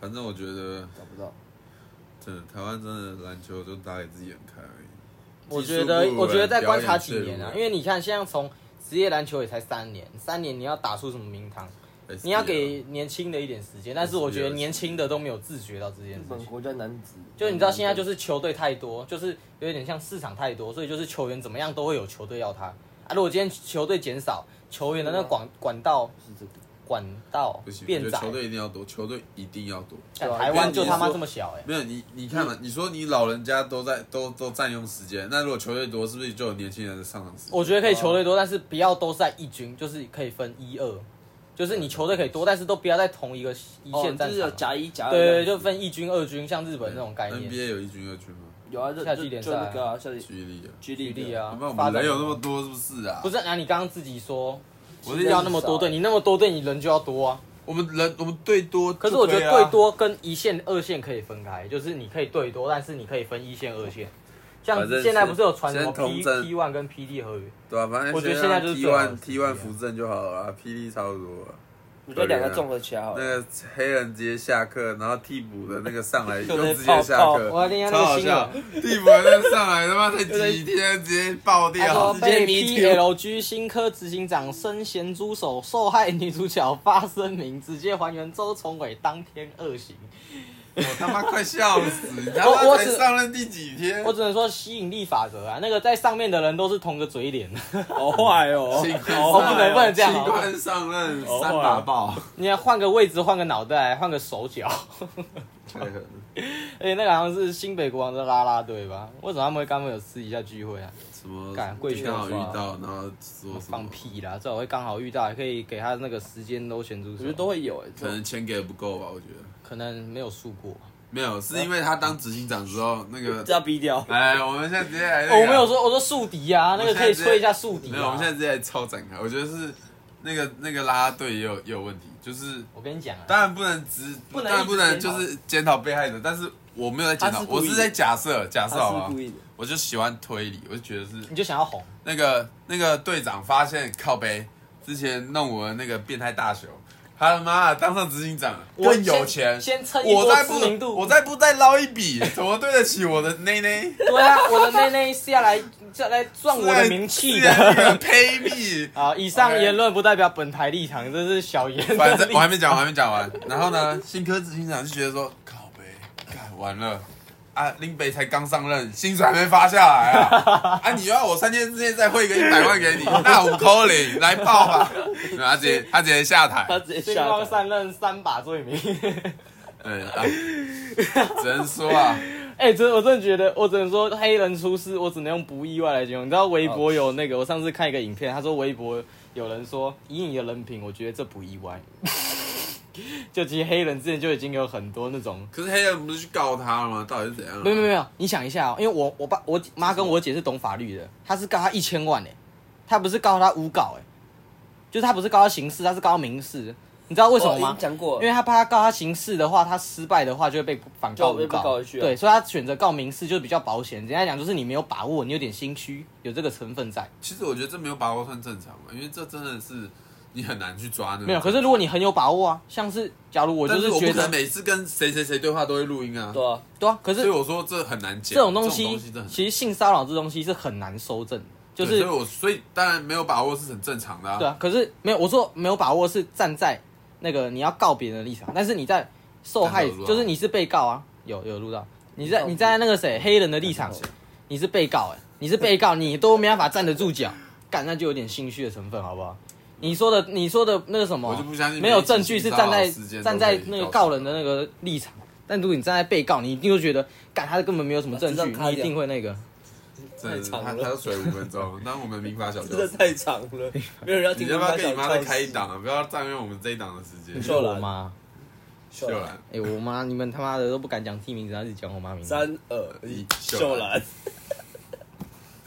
Speaker 1: 反正我觉得，
Speaker 3: 找不到。
Speaker 1: 真的台湾真的篮球就打给自己人看而已。
Speaker 4: 我觉得
Speaker 1: 技，术不如
Speaker 4: 我觉得再观察
Speaker 1: 人
Speaker 4: 几年
Speaker 1: 表
Speaker 4: 啊，
Speaker 1: 演却如人
Speaker 4: 因为你看，现在从职业篮球也才三年，三年你要打出什么名堂？你
Speaker 1: 啊
Speaker 4: 要给年轻的一点时间，但是我觉得年轻的都没有自觉到这件
Speaker 3: 日
Speaker 4: 事
Speaker 3: 本
Speaker 4: 情。
Speaker 3: 国家男子，
Speaker 4: 就你知道现在就是是球队太多，就是有点像市场太多，所以就是球员怎么样都会有球队要他啊。如果今天球队减少，球员的那个管管道
Speaker 3: 是这个，
Speaker 4: 管
Speaker 1: 啊
Speaker 4: 道
Speaker 1: 不行，我
Speaker 4: 变
Speaker 1: 觉得
Speaker 4: 窄，
Speaker 1: 球队一定要多，球队一定要多。
Speaker 4: 干
Speaker 3: 对啊
Speaker 4: 台湾
Speaker 1: 因为
Speaker 4: 就他
Speaker 1: 你
Speaker 4: 妈
Speaker 1: 说
Speaker 4: 这么小哎、
Speaker 1: 没有你，你看嘛，你说你老人家都在都都占用时间，那如果球队多，是不是就有年轻人的上场时间？
Speaker 4: 我觉得可以球队多，但是不要都是在一军，就是可以分一二，就是你球队可以多，但是都不要在同一个一
Speaker 3: 哦，
Speaker 4: 线
Speaker 3: 就
Speaker 4: 战
Speaker 3: 是
Speaker 4: 场
Speaker 3: 有
Speaker 4: 啊。
Speaker 3: 甲一、甲二
Speaker 4: 对
Speaker 3: 这
Speaker 4: 对对，
Speaker 3: 样子，
Speaker 4: 就分一军、二军，像日本那种概念。
Speaker 1: NBA 有一军二军吗？
Speaker 3: 有啊，就
Speaker 4: 夏季
Speaker 3: 就
Speaker 4: 联
Speaker 3: 就
Speaker 4: 赛啊
Speaker 3: 那个啊，夏季
Speaker 1: 举例啊，
Speaker 3: G
Speaker 4: 举例，啊
Speaker 1: 那，我
Speaker 4: 发
Speaker 1: 们
Speaker 4: 展
Speaker 1: 人有那么多是不是啊？
Speaker 4: 不是？啊，你刚刚自己说
Speaker 1: 我
Speaker 4: 不
Speaker 1: 是
Speaker 4: 要
Speaker 1: 要
Speaker 4: 那么多队，你那么多队，你人就要多啊。
Speaker 1: 我们人我们队多就
Speaker 6: 可
Speaker 1: 啊，
Speaker 6: 是我觉得最多跟一线、二线可以分开，就是你可以对多，但是你可以分一线、二线。像
Speaker 1: 反正是
Speaker 6: 现在不是有传什么
Speaker 1: 先同
Speaker 6: P
Speaker 1: 阵
Speaker 6: P one 跟 P D 合约？
Speaker 1: 对啊，反正
Speaker 6: 我觉得现在就是
Speaker 1: T
Speaker 6: 最好的
Speaker 1: one
Speaker 6: 时
Speaker 1: T
Speaker 6: 机
Speaker 1: one
Speaker 6: 啊
Speaker 1: 扶正就好了啊，PD 差不多了。
Speaker 3: 我觉得两个综合起来好啊
Speaker 1: 那
Speaker 3: 了。
Speaker 1: 个黑人直接下课，然后替补的那个上来就
Speaker 3: 就在
Speaker 1: 直接下课，
Speaker 3: 泡
Speaker 4: 我要听一下
Speaker 1: 超
Speaker 4: 那
Speaker 1: 好
Speaker 4: 个新
Speaker 1: 笑。
Speaker 4: 闻，
Speaker 1: 替补的那个上来他妈才几天直接爆
Speaker 4: 他
Speaker 1: 掉，
Speaker 4: 说被
Speaker 3: 直接
Speaker 4: PLG 新科执行长身咸猪手受害女主角发声明，直接还原周崇伟当天恶行。
Speaker 1: 我他妈快笑死！你他
Speaker 4: 我
Speaker 1: 妈
Speaker 4: 我
Speaker 1: 才
Speaker 4: 只
Speaker 1: 上任第几天
Speaker 4: 我？只能说吸引力法则啊，那个在上面的人都是同个嘴脸。
Speaker 3: 好坏哦
Speaker 1: 新官
Speaker 3: 好坏
Speaker 1: 上
Speaker 4: 不能
Speaker 1: 任
Speaker 4: 不能这样
Speaker 1: 新
Speaker 4: 哦
Speaker 1: 官上任
Speaker 3: 哦
Speaker 1: 三把爆，
Speaker 4: 你看换个位置，换个脑袋，换个手脚。
Speaker 1: 太狠了，
Speaker 4: 而且那个好像是新北国王的啦啦队吧？为什么他们会刚刚有私底下聚会啊？
Speaker 1: 什么
Speaker 4: 干贵圈
Speaker 1: 刚好遇
Speaker 4: 话
Speaker 1: 到，然后说什
Speaker 4: 放
Speaker 1: 么？
Speaker 4: 屁啦！最好会刚好遇到，还可以给他那个时间都选出。
Speaker 3: 我觉得都会有哎，
Speaker 1: 可能钱给的不够吧，我觉得
Speaker 4: 可能没有输过。
Speaker 1: 没有，是因为他当执行长之后那个
Speaker 3: 这，要逼掉。
Speaker 1: 哎，我们现在直接来那个，
Speaker 4: 哦我没有说，我说宿敌啊，那个可以吹一下宿敌
Speaker 1: 没有，我
Speaker 4: 啊
Speaker 1: 们现。在直接来超展开。我觉得是那个那个啦啦队也有也有问题，就是
Speaker 4: 我跟你讲啊，
Speaker 1: 当然不能只
Speaker 3: 不能
Speaker 1: 当然不能
Speaker 3: 一直检
Speaker 1: 就
Speaker 3: 讨
Speaker 1: 是检讨被害者，但是我没有在检
Speaker 3: 他
Speaker 1: 讨，
Speaker 3: 是故
Speaker 1: 我
Speaker 3: 意的
Speaker 1: 是在假设假设好
Speaker 3: 他
Speaker 1: 吧
Speaker 3: 是故，意的，
Speaker 1: 我就喜欢推理，我就觉得是
Speaker 4: 你就想要红，
Speaker 1: 那个那个队长发现靠背之前弄我的那个变态大雄，他他妈当上执行长
Speaker 4: 我
Speaker 1: 更有钱。
Speaker 4: 先先蹭一
Speaker 1: 我
Speaker 4: 波
Speaker 1: 再
Speaker 4: 知名度。
Speaker 1: 不，我再不再捞一笔，怎么对得起我的内内？
Speaker 4: 对啊，我的内内是要来是要来赚我的名气 的。
Speaker 1: 呸屁！
Speaker 4: 啊，以上
Speaker 1: 啊 OK
Speaker 4: 言论不代表本台立场，这是小言的立场。
Speaker 1: 反正我还没讲，我还没讲完。然后呢，新科执行长就觉得说，靠北，干完了啊，林北才刚上任，薪水还没发下来 啊，啊，你要我三天之内再汇个一百万给你，那我扣零来报 吧。然后他直接他直接下台，
Speaker 3: 他直接
Speaker 4: 新
Speaker 3: 下
Speaker 4: 光
Speaker 3: 台。
Speaker 4: 上任三把罪名。
Speaker 1: 对，啊、只能说啊，
Speaker 4: 哎、真的我真的觉得，我只能说黑人出事，我只能用不意外来形容。你知道微博有那个，我上次看一个影片，他说微博有人说，以你的人品，我觉得这不意外。 就其实黑人之前就已经有很多那种，
Speaker 1: 可是黑人不是去告他了吗？到底是怎样、啊？
Speaker 4: 没有没有没有，你想一下哦，因为我我爸我妈跟我姐是懂法律的，她是告他一千万哎、她不是告他诬告哎、就是她不是告他刑事，她是告他民事，你知道为什么
Speaker 3: 哦我已
Speaker 4: 吗
Speaker 3: 经？讲过
Speaker 4: 因为
Speaker 3: 了，
Speaker 4: 他怕他告他刑事的话，他失败的话就会被反告
Speaker 3: 就被
Speaker 4: 诬告，
Speaker 3: 告回去啊
Speaker 4: 对，所以他选择告民事就是比较保险。人家讲就是你没有把握，你有点心虚，有这个成分在。
Speaker 1: 其实我觉得这没有把握算正常嘛，因为这真的是你很难去抓那个。
Speaker 4: 没有，可是如果你很有把握啊，像是假如我
Speaker 1: 我
Speaker 4: 就
Speaker 1: 我
Speaker 4: 觉
Speaker 1: 不可
Speaker 4: 得
Speaker 1: 能，每次跟谁谁谁对话都会录音啊。
Speaker 3: 对啊，
Speaker 4: 对啊，可
Speaker 1: 所以
Speaker 4: 是
Speaker 1: 我说这很难讲，
Speaker 4: 这种东
Speaker 1: 东
Speaker 4: 西
Speaker 1: 真的很
Speaker 4: 其实性骚扰这东西是很难收证的，就
Speaker 1: 对
Speaker 4: 是
Speaker 1: 所以我所以当然没有把握是很正常的、啊。
Speaker 4: 对啊，可是没有，我说没有把握是站在那个你要告别人的立场，但是你在受害
Speaker 1: 但是有录，到
Speaker 4: 就是你是被告啊，有有录到，你在你在那个谁黑人的立场，你是被告哎、你是被告，你都没办法站得住脚，干那就有点心虚的成分好不好？你说的你说的那个什么，啊
Speaker 1: 我就不相信
Speaker 4: 没有证据是站在
Speaker 1: 每一起性骚扰事件都可以
Speaker 4: 站在那个告人的那个立场，但如果你站在被告，你一定会觉得干他根本没有什么证
Speaker 3: 知道
Speaker 4: 据，
Speaker 3: 他
Speaker 4: 你一
Speaker 3: 讲
Speaker 4: 定会那个。
Speaker 1: 真的
Speaker 3: 太
Speaker 1: 是
Speaker 3: 长
Speaker 1: 他
Speaker 3: 了
Speaker 1: 他水五分 钟，当我们民法小
Speaker 3: 真的
Speaker 1: 教室。
Speaker 3: 太长了，没有人要听
Speaker 1: 你
Speaker 3: 他
Speaker 1: 要不要跟你
Speaker 3: 讲
Speaker 1: 妈
Speaker 3: 超
Speaker 1: 再
Speaker 3: 市
Speaker 1: 开一？档啊？不要占用我们这一档的时间。
Speaker 3: 秀兰
Speaker 4: 我妈，
Speaker 1: 秀
Speaker 3: 秀兰，
Speaker 1: 兰，
Speaker 4: 哎、我妈，你们他妈的都不敢讲替名字，然后一直讲我妈名字。
Speaker 3: 三二一，秀兰，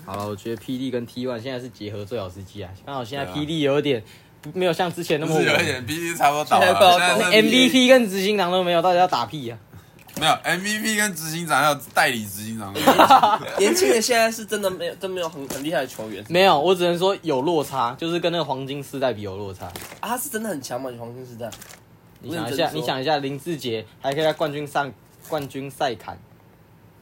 Speaker 4: 好了，我觉得 PD 跟 T One 现在是结合最好时机啊。刚好现在
Speaker 1: 对啊
Speaker 4: PD 有一点不没有像之前那
Speaker 1: 不
Speaker 4: 么啊
Speaker 1: 是有一
Speaker 4: 稳
Speaker 1: 点，毕竟差不多倒
Speaker 3: 现在快要
Speaker 1: 了。现
Speaker 3: 倒
Speaker 1: 在
Speaker 3: 了
Speaker 1: 是
Speaker 4: MVP 跟执行长都没有，到底要打屁啊？
Speaker 1: 没有 MVP 跟执行长还有代理执行长，
Speaker 3: 年轻人现在是真的没有，真没有很很厉害的球员，
Speaker 4: 没有，我只能说有落差，就是跟那个黄金世代比有落差。
Speaker 3: 啊，他是真的很强嘛？黄金时代，
Speaker 4: 你想一下
Speaker 3: 我认真，说
Speaker 4: 你想一下，林志杰还可以在冠军上冠军赛砍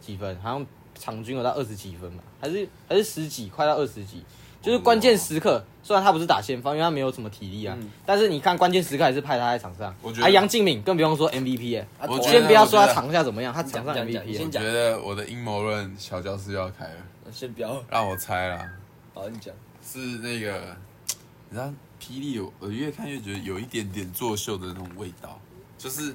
Speaker 4: 几分？好像场均有到二十几分吧，还是还是十几，快到二十几。就是关键时刻，虽然他不是打先锋，因为他没有什么体力啊，
Speaker 3: 嗯
Speaker 4: 但是你看关键时刻还是派他在场上。
Speaker 1: 我觉得
Speaker 4: 啊，杨敬敏更不用说 MVP 哎、
Speaker 3: 啊
Speaker 1: 我
Speaker 3: 投
Speaker 1: 觉
Speaker 3: 篮
Speaker 1: 得
Speaker 4: 先不要说他场下怎么样，他场上
Speaker 3: 讲讲
Speaker 4: MVP
Speaker 3: 先
Speaker 4: 耶
Speaker 1: 我觉得我的阴谋论小教室又要开了，
Speaker 3: 先不要，
Speaker 1: 让我猜啦，
Speaker 3: 好，你讲，
Speaker 1: 是那个，你知道霹雳，我越看越觉得有一点点作秀的那种味道，就是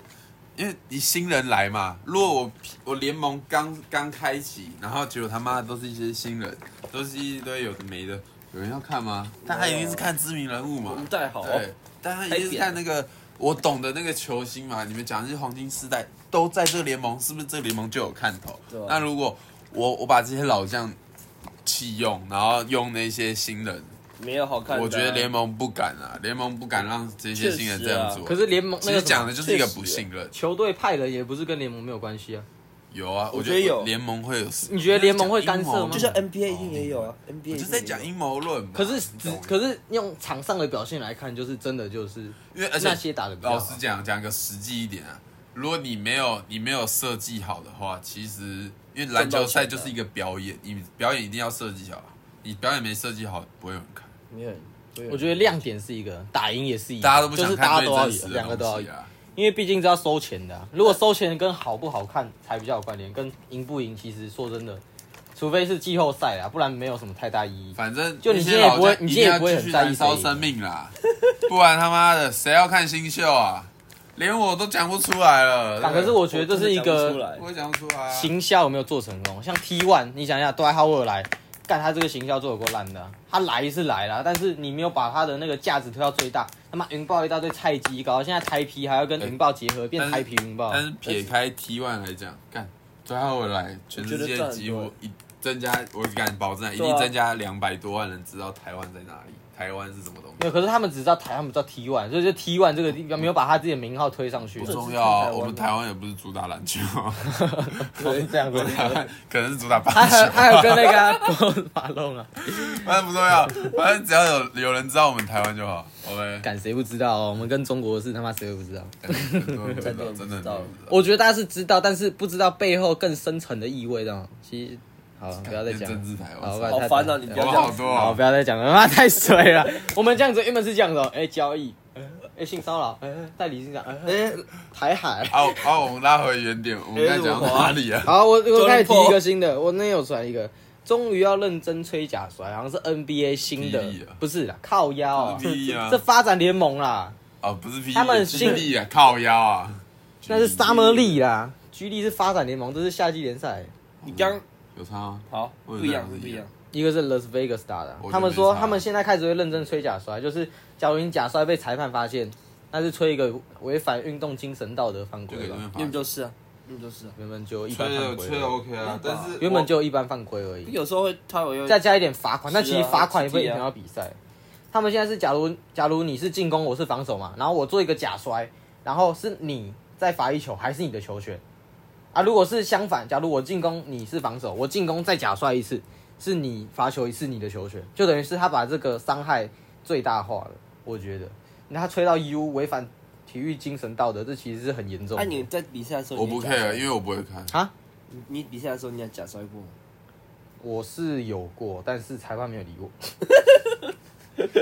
Speaker 1: 因为你新人来嘛。如果我我联盟刚刚开启，然后结果他妈的都是一些新人，都是一堆有的没的，有人要看吗？但他一定是看知名人物嘛
Speaker 3: 我们。带好哦，
Speaker 1: 对，啊但他一定是看那个我懂的那个球星嘛。你们讲的是黄金时代，都在这个联盟，是不是这个联盟就有看头
Speaker 3: 对啊？
Speaker 1: 那如果我我把这些老将弃用，然后用那些新人，
Speaker 3: 没有好看的啊、
Speaker 1: 我觉得联盟不敢啊，联盟不敢让这些新人这样做。
Speaker 4: 可是联盟
Speaker 1: 其
Speaker 4: 那
Speaker 1: 实
Speaker 4: 个
Speaker 1: 讲的就是一个
Speaker 3: 确实
Speaker 1: 不信任。
Speaker 4: 球队派人也不是跟联盟没有关系啊。
Speaker 1: 有啊，
Speaker 3: 我
Speaker 1: 我
Speaker 3: 觉得有
Speaker 1: 联盟会有事。
Speaker 4: 你觉得联盟会干涉吗
Speaker 1: 我
Speaker 4: 就
Speaker 3: 就像 NBA 一定也有啊，NBA
Speaker 1: 哦我
Speaker 3: 一
Speaker 1: 就
Speaker 3: 定
Speaker 1: 在
Speaker 3: 也
Speaker 1: 讲
Speaker 3: 有
Speaker 1: 阴谋论嘛。
Speaker 4: 可是
Speaker 1: 你
Speaker 4: 只
Speaker 1: 懂
Speaker 4: 可是用场上的表现来看，就是真的就是
Speaker 1: 因为而且
Speaker 4: 那些打的比较
Speaker 1: 老实
Speaker 4: 好。
Speaker 1: 讲，讲个实际一点啊，如果你没有你没有设计好的话，其实因为篮球赛就是一个表演，你表演一定要设计好啊，你表演没设计好，不会有人看，
Speaker 3: 没有人，
Speaker 4: 我觉得亮点是一个，打赢也是一个，
Speaker 1: 大家都不
Speaker 4: 就
Speaker 1: 想
Speaker 4: 是
Speaker 1: 看
Speaker 4: 大家
Speaker 1: 最
Speaker 4: 都要
Speaker 1: 真实
Speaker 4: 赢，
Speaker 1: 的
Speaker 4: 两个都要
Speaker 1: 东西
Speaker 4: 赢，
Speaker 1: 啊。
Speaker 4: 因为毕竟是要收钱的啊、如果收钱跟好不好看才比较有关联，跟赢不赢其实说真的，除非是季后赛啊，不然没有什么太大意义。
Speaker 1: 反正
Speaker 4: 就你今天也不会
Speaker 1: 那
Speaker 4: 你
Speaker 1: 些
Speaker 4: 今天
Speaker 1: 老
Speaker 4: 也不会
Speaker 1: 将一定要
Speaker 4: 很在
Speaker 1: 继
Speaker 4: 意
Speaker 1: 续燃
Speaker 4: 谁
Speaker 1: 烧
Speaker 4: 赢
Speaker 1: 生命啦，不然他妈的谁要看新秀啊？连我都讲不出来了。
Speaker 4: 但可是我觉得这是一
Speaker 3: 我真的讲不出
Speaker 4: 个
Speaker 3: 来
Speaker 1: 我也讲不出来、啊。
Speaker 4: 行销有没有做成功？像 T One，你想一下，杜兰特沃来，干他这个行销做有够烂的啊、他来是来了，但是你没有把他的那个价值推到最大。他妈云豹一大堆菜鸡搞，现在台皮还要跟云豹结合，变台皮云豹。
Speaker 1: 但是撇开 T one 来讲，干最后我来全世界几
Speaker 4: 欸
Speaker 1: 乎一增加，我敢保证啊一定增加两百多万人知道台湾在哪里，台湾是什么东
Speaker 4: 没
Speaker 1: 西。
Speaker 4: 有，可是他们只知道台，他们不知道 T One，所以就 T One 这个地方没有把他自己的名号推上去
Speaker 1: 不。
Speaker 3: 是
Speaker 1: 重要啊，
Speaker 3: 台湾
Speaker 1: 我们台湾也不是主打篮 球，
Speaker 4: 都是这样
Speaker 1: 我
Speaker 4: 子
Speaker 1: 们。台湾可能是主打 棒
Speaker 4: 他还
Speaker 1: 球，
Speaker 4: 他还有跟那个啊波马龙 啊，
Speaker 1: 反正不重要，反正只要有有人知道我们台湾就好。我们
Speaker 4: 敢谁不知道哦？我们跟中国是他妈谁都不知道。
Speaker 1: 很多人不知道真的很多人不知道
Speaker 4: 我觉得大家是知道，但是不知道背后更深层的意味，这样。其实，好了，不要再讲了
Speaker 1: 政。治台
Speaker 4: 好
Speaker 1: 湾，
Speaker 4: 不
Speaker 3: 好
Speaker 4: 然
Speaker 3: 烦啊！你不要
Speaker 1: 我
Speaker 3: 这
Speaker 1: 好
Speaker 3: 样，
Speaker 1: 多
Speaker 4: 好，
Speaker 1: 啊
Speaker 4: 不，要再讲了，他妈太水了。哦 我们这样子原本是这样子哦，哎，交易，哎，性骚扰，哎，代理性骚扰，哎，台海。
Speaker 1: 好好，啊我们拉回原点，我
Speaker 4: 哎
Speaker 1: 们刚才讲到哪里啊？
Speaker 4: 好，我我开始提
Speaker 3: Jordan
Speaker 4: 一
Speaker 3: Poole
Speaker 4: 个新的，我那天有传一个，终于要认真吹假摔，好像是 NBA 新的
Speaker 1: 霹雳啊，
Speaker 4: 不是啦，靠腰啊，
Speaker 1: 霹雳啊
Speaker 4: 这发展联盟啦，
Speaker 1: 哦，不是霹雳，
Speaker 4: 他们
Speaker 1: 霹
Speaker 4: 新
Speaker 1: 雳啊，靠腰啊，
Speaker 4: 那是 Summer League 啦，G League 是发展联盟，这是夏季联赛。
Speaker 3: 你刚
Speaker 1: 有差吗？
Speaker 3: 好
Speaker 1: 我
Speaker 3: 不
Speaker 1: 也
Speaker 3: 一样，
Speaker 1: 这样
Speaker 3: 是不一样。
Speaker 4: 一个是 Las Vegas 打的
Speaker 1: 我觉得，
Speaker 4: 他们说
Speaker 1: 没差
Speaker 4: 他们现在开始会认真吹假摔，就是假如你假摔被裁判发现，那是吹一个违反运动精神道德犯
Speaker 1: 就
Speaker 4: 规
Speaker 1: 给他
Speaker 4: 吧
Speaker 1: 们。
Speaker 3: 你们就是啊，你们就是啊。
Speaker 4: 原本就一般
Speaker 1: 吹
Speaker 4: 犯
Speaker 1: 的
Speaker 4: 规
Speaker 1: 吹的
Speaker 4: 而已，
Speaker 1: OK 啊，但是
Speaker 4: 原本
Speaker 1: 我
Speaker 4: 就一般犯规而已，
Speaker 3: 有时候会他有
Speaker 4: 再加一点罚款，
Speaker 3: 是啊
Speaker 4: 那其实罚款也会影响到比赛。他们现在是假如假如你是进攻，我是防守嘛，然后我做一个假摔，然后是你再罚一球，还是你的球权啊？如果是相反，假如我进攻你是防守，我进攻再假摔一次，是你罚球一次你的球权，就等于是他把这个伤害最大化了。我觉得，那他吹到 U 违反体育精神道德，这其实是很严重的。
Speaker 3: 那、啊你在比赛的时候
Speaker 1: 我
Speaker 3: 你
Speaker 1: 不
Speaker 3: 有假摔，
Speaker 1: care，因为我不会看。
Speaker 4: 啊，
Speaker 3: 你你比赛的时候你要假摔过吗？
Speaker 4: 我是有过，但是裁判没有理我。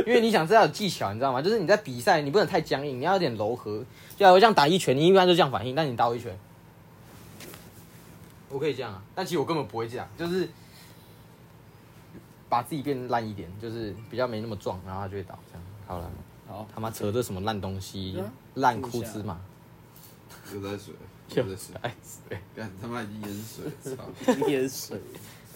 Speaker 4: 因为你想这要有技巧，你知道吗？就是你在比赛，你不能太僵硬，你要有点柔和。就像我这样打一拳，你一般就这样反应，但你打我一拳，我可以这样啊，但其实我根本不会这样，就是把自己变烂一点，就是比较没那么壮，然后他就会倒。这样好了，
Speaker 3: 好，
Speaker 4: 他妈扯这什么烂东西
Speaker 3: 嗯，
Speaker 4: 烂枯枝嘛，
Speaker 1: 又在水，
Speaker 4: 又
Speaker 1: 在水，
Speaker 4: 哎，对
Speaker 1: 干他妈已经淹水了， 操！
Speaker 3: 今天水。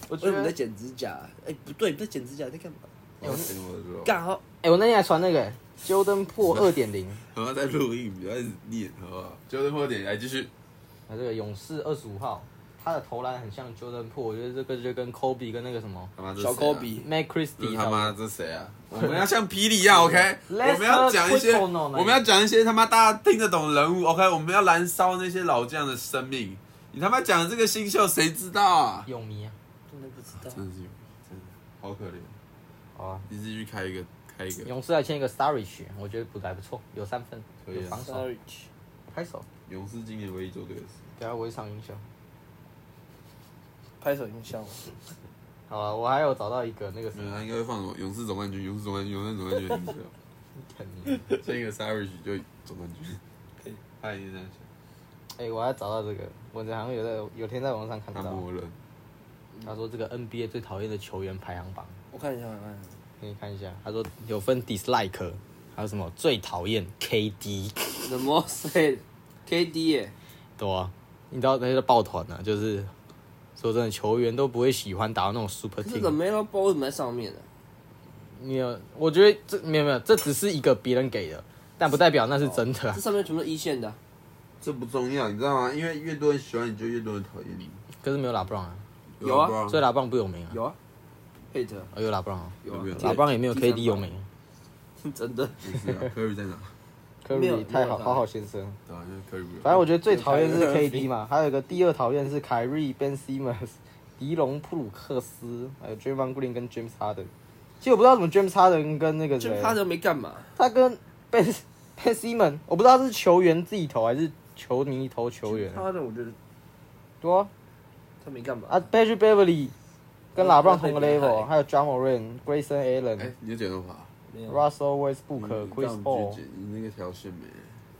Speaker 4: 我
Speaker 3: 为
Speaker 4: 觉
Speaker 3: 什么
Speaker 4: 得
Speaker 3: 你在剪指甲、哎、不对，你在剪指甲，你在干嘛？
Speaker 1: 我要剪我的肉，
Speaker 3: 干好，
Speaker 4: 哎、我那天还传那个 Jordan 破二点零。
Speaker 1: 好像在录音，不要一直念，好不好？就这么点，来哎继续。
Speaker 4: 那这个勇士二十五号，他的投篮很像 Jordan p o o 我觉得这个就跟 Kobe 跟那个什么
Speaker 1: 他妈这是谁
Speaker 3: 小
Speaker 1: 啊
Speaker 3: 科，比，
Speaker 4: Mac
Speaker 1: 这
Speaker 4: Christie
Speaker 1: 是嗯
Speaker 4: 差
Speaker 1: 他
Speaker 4: 不多
Speaker 1: 妈这是谁啊？ 我们要像霹雳一样，OK？我
Speaker 4: Let's
Speaker 1: 们要讲一些，
Speaker 4: not quick on
Speaker 1: 我们要讲一些他妈大家听得懂的人物，OK？我们要燃烧那些老将的生命。你他妈讲的这个新秀，谁知道啊？
Speaker 4: 勇迷啊，
Speaker 3: 真的不知道。
Speaker 1: 真的是有，真的好可怜。
Speaker 4: 好啊。
Speaker 1: 你继续开一个，开一个。
Speaker 4: 勇士还签一个 Starich，我觉得补的还不错，有三分，
Speaker 1: 可以啊
Speaker 4: 有防守，
Speaker 3: Sorry，
Speaker 4: 拍手，
Speaker 1: 勇士今年唯一做对的事。
Speaker 4: 等下我会上英雄。
Speaker 3: 拍手音效。
Speaker 4: 好了，我还有找到一个那个什
Speaker 1: 没有，
Speaker 4: 么
Speaker 1: 他，应该会放什么勇士总冠军、勇士总冠军、勇士总冠军的名字 哦。签一个 Savage 就总冠军。
Speaker 3: 可以，
Speaker 1: 他已经这样想，
Speaker 4: 哎、我还找到这个，我好像有在有天在网上看
Speaker 1: 他
Speaker 4: 到，
Speaker 1: 默认。
Speaker 4: 他说这个 NBA 最讨厌的球员排行榜，
Speaker 3: 我看一下，我看一下。
Speaker 4: 给你看一下，他说有分 dislike，还有什么最讨厌 KD。
Speaker 3: The most hate KD 耶，
Speaker 4: 对啊，你知道那些抱团啊，就是说真的，球员都不会喜欢打到那种 super
Speaker 3: 可是 The
Speaker 4: team。
Speaker 3: Melo Ball 为什么在上面呢、
Speaker 4: 没有，我觉得这没有没有，这只是一个别人给的，但不代表那是真的、啊
Speaker 3: 这。上面全部都一线的啊、
Speaker 1: 这不重要，你知道吗？因为越多人喜欢你，就越多人讨厌你。
Speaker 4: 可是没有拉布朗啊，
Speaker 3: 有啊
Speaker 4: 所以拉布朗不有名啊。
Speaker 3: 有啊，佩特
Speaker 4: 哦，有拉布朗啊，
Speaker 1: 有没有？
Speaker 4: 拉布朗也没有
Speaker 3: 第三
Speaker 4: KD 有啊没？
Speaker 3: 真的
Speaker 1: 不是啊，Curry 在哪？
Speaker 5: 科
Speaker 3: 没有
Speaker 5: 瑞太好，
Speaker 3: 没有
Speaker 5: 好好先生。
Speaker 1: 对啊，就是 Curry 没有。
Speaker 5: 反正我觉得最讨厌是
Speaker 3: 有凯瑞
Speaker 5: KD 嘛，还有一个第二讨厌是凯瑞、Ben Simmons、迪隆、普鲁克斯，还有 Draymond Green 跟 James Harden。其实我不知道怎么 James Harden 跟
Speaker 4: 啊
Speaker 5: 那个
Speaker 3: 就
Speaker 5: 谁，啊
Speaker 3: 他都没干嘛，
Speaker 5: 他跟 Ben Ben Simmons，我不知道是球员自己投还是球迷投球员。
Speaker 3: 他的我觉得
Speaker 5: 对啊，
Speaker 3: 他没干嘛
Speaker 5: 啊 b e d r i Beverly 跟
Speaker 3: 嗯
Speaker 5: 拉布朗同个
Speaker 3: 他被比赛
Speaker 5: level，还有 John Moran、Grayson
Speaker 1: 哎
Speaker 5: Allen、，
Speaker 1: 你的剪头发，
Speaker 3: 没有，
Speaker 5: Russell
Speaker 1: 你
Speaker 5: Westbrook、
Speaker 1: 这样
Speaker 5: Chris
Speaker 1: 你
Speaker 5: Paul
Speaker 1: 去。剪你那个条线没？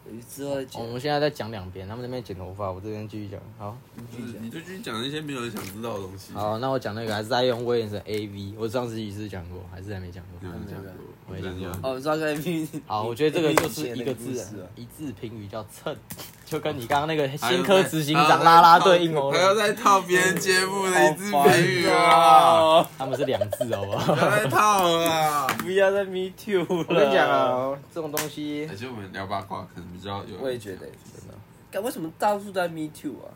Speaker 3: 有一次在
Speaker 4: 哦我
Speaker 3: 讲
Speaker 4: 们现在在讲两边，他们那边剪头发，我这边继续讲。
Speaker 1: 嗯
Speaker 4: 好，
Speaker 1: 就是你就去讲一些没有人想知道的东西。
Speaker 4: 好，那我讲那个啊 Zion Williamson AV，我上次一次讲过，还是还没讲
Speaker 1: 有
Speaker 4: 过。
Speaker 1: 人讲过，
Speaker 4: 我也讲过
Speaker 1: 真的
Speaker 3: 哦，你知道跟 M
Speaker 4: 好，我觉得这个就是一个
Speaker 3: 以
Speaker 4: 字
Speaker 3: 前那个故事啊，
Speaker 4: 一字评语叫蹭，就跟你刚刚那个
Speaker 1: 还有
Speaker 4: 新科执行长拉拉队硬哦
Speaker 1: 哎还，要再套别人节目的一字评语啊！
Speaker 3: 哦，
Speaker 4: 他们是两字，好不好？
Speaker 1: 不要再套了啊！
Speaker 3: 不要再 Me Too 了，
Speaker 5: 我跟你讲，啊，这种东西
Speaker 1: 而且我们聊八卦可能比较有，
Speaker 3: 我也觉得真的，干为什么到处都在 Me Too 啊？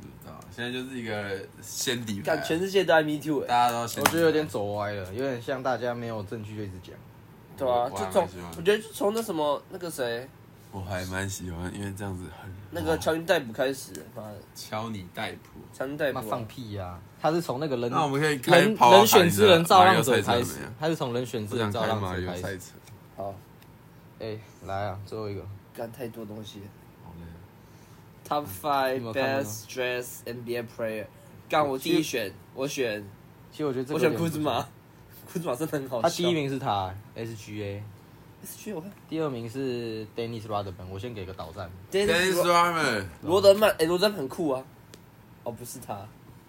Speaker 1: 不知道，嗯现在就是一个先底牌
Speaker 3: 干，全世界都在 Me Too 哎，
Speaker 1: 大家都先
Speaker 5: 我
Speaker 1: 底牌
Speaker 5: 觉得有点走歪了，有点像大家没有证据就一直讲。
Speaker 3: 对啊，
Speaker 1: 我
Speaker 3: 就
Speaker 1: 还蛮
Speaker 3: 从
Speaker 1: 喜欢
Speaker 3: 我觉得就从那什么那个谁
Speaker 1: 我还蛮喜欢，因为这样子很
Speaker 3: 那个乔林戴普开始，妈的，
Speaker 1: 敲你带谱。
Speaker 3: 乔林戴普
Speaker 4: 妈
Speaker 3: 啊
Speaker 4: 放屁呀、他是从那个人
Speaker 1: 那我们可以开
Speaker 4: 人
Speaker 1: 跑
Speaker 4: 人选之人造
Speaker 5: 啊
Speaker 4: 浪者
Speaker 1: 啊马里奥
Speaker 4: 开
Speaker 1: 赛
Speaker 4: 始
Speaker 1: 车怎么样，
Speaker 4: 他是从人选之
Speaker 1: 不
Speaker 4: 人
Speaker 1: 想
Speaker 4: 造
Speaker 1: 开
Speaker 4: 浪
Speaker 1: 马
Speaker 4: 者
Speaker 1: 里奥
Speaker 4: 开
Speaker 1: 赛
Speaker 4: 始。
Speaker 1: 车，
Speaker 3: 好
Speaker 5: 哎、来啊，最后一个，
Speaker 3: 干太多东西了。
Speaker 1: 好累。
Speaker 3: Top
Speaker 4: 你
Speaker 3: five
Speaker 4: 有没有看过
Speaker 3: best dress NBA player，干我第一选，我选
Speaker 5: 其实我觉得这个
Speaker 3: 我选
Speaker 5: 有点
Speaker 3: 库
Speaker 5: 不错
Speaker 3: 兹马，，库兹马真的很好笑。
Speaker 5: 他第一名是他 SGA，
Speaker 3: SG 我看
Speaker 5: 第二名是 Dennis Rodman，我先给个导弹。
Speaker 1: Dennis
Speaker 3: ，Dennis
Speaker 1: Rodman，
Speaker 3: 罗德曼，哎，罗德曼很酷啊。哦，不是他，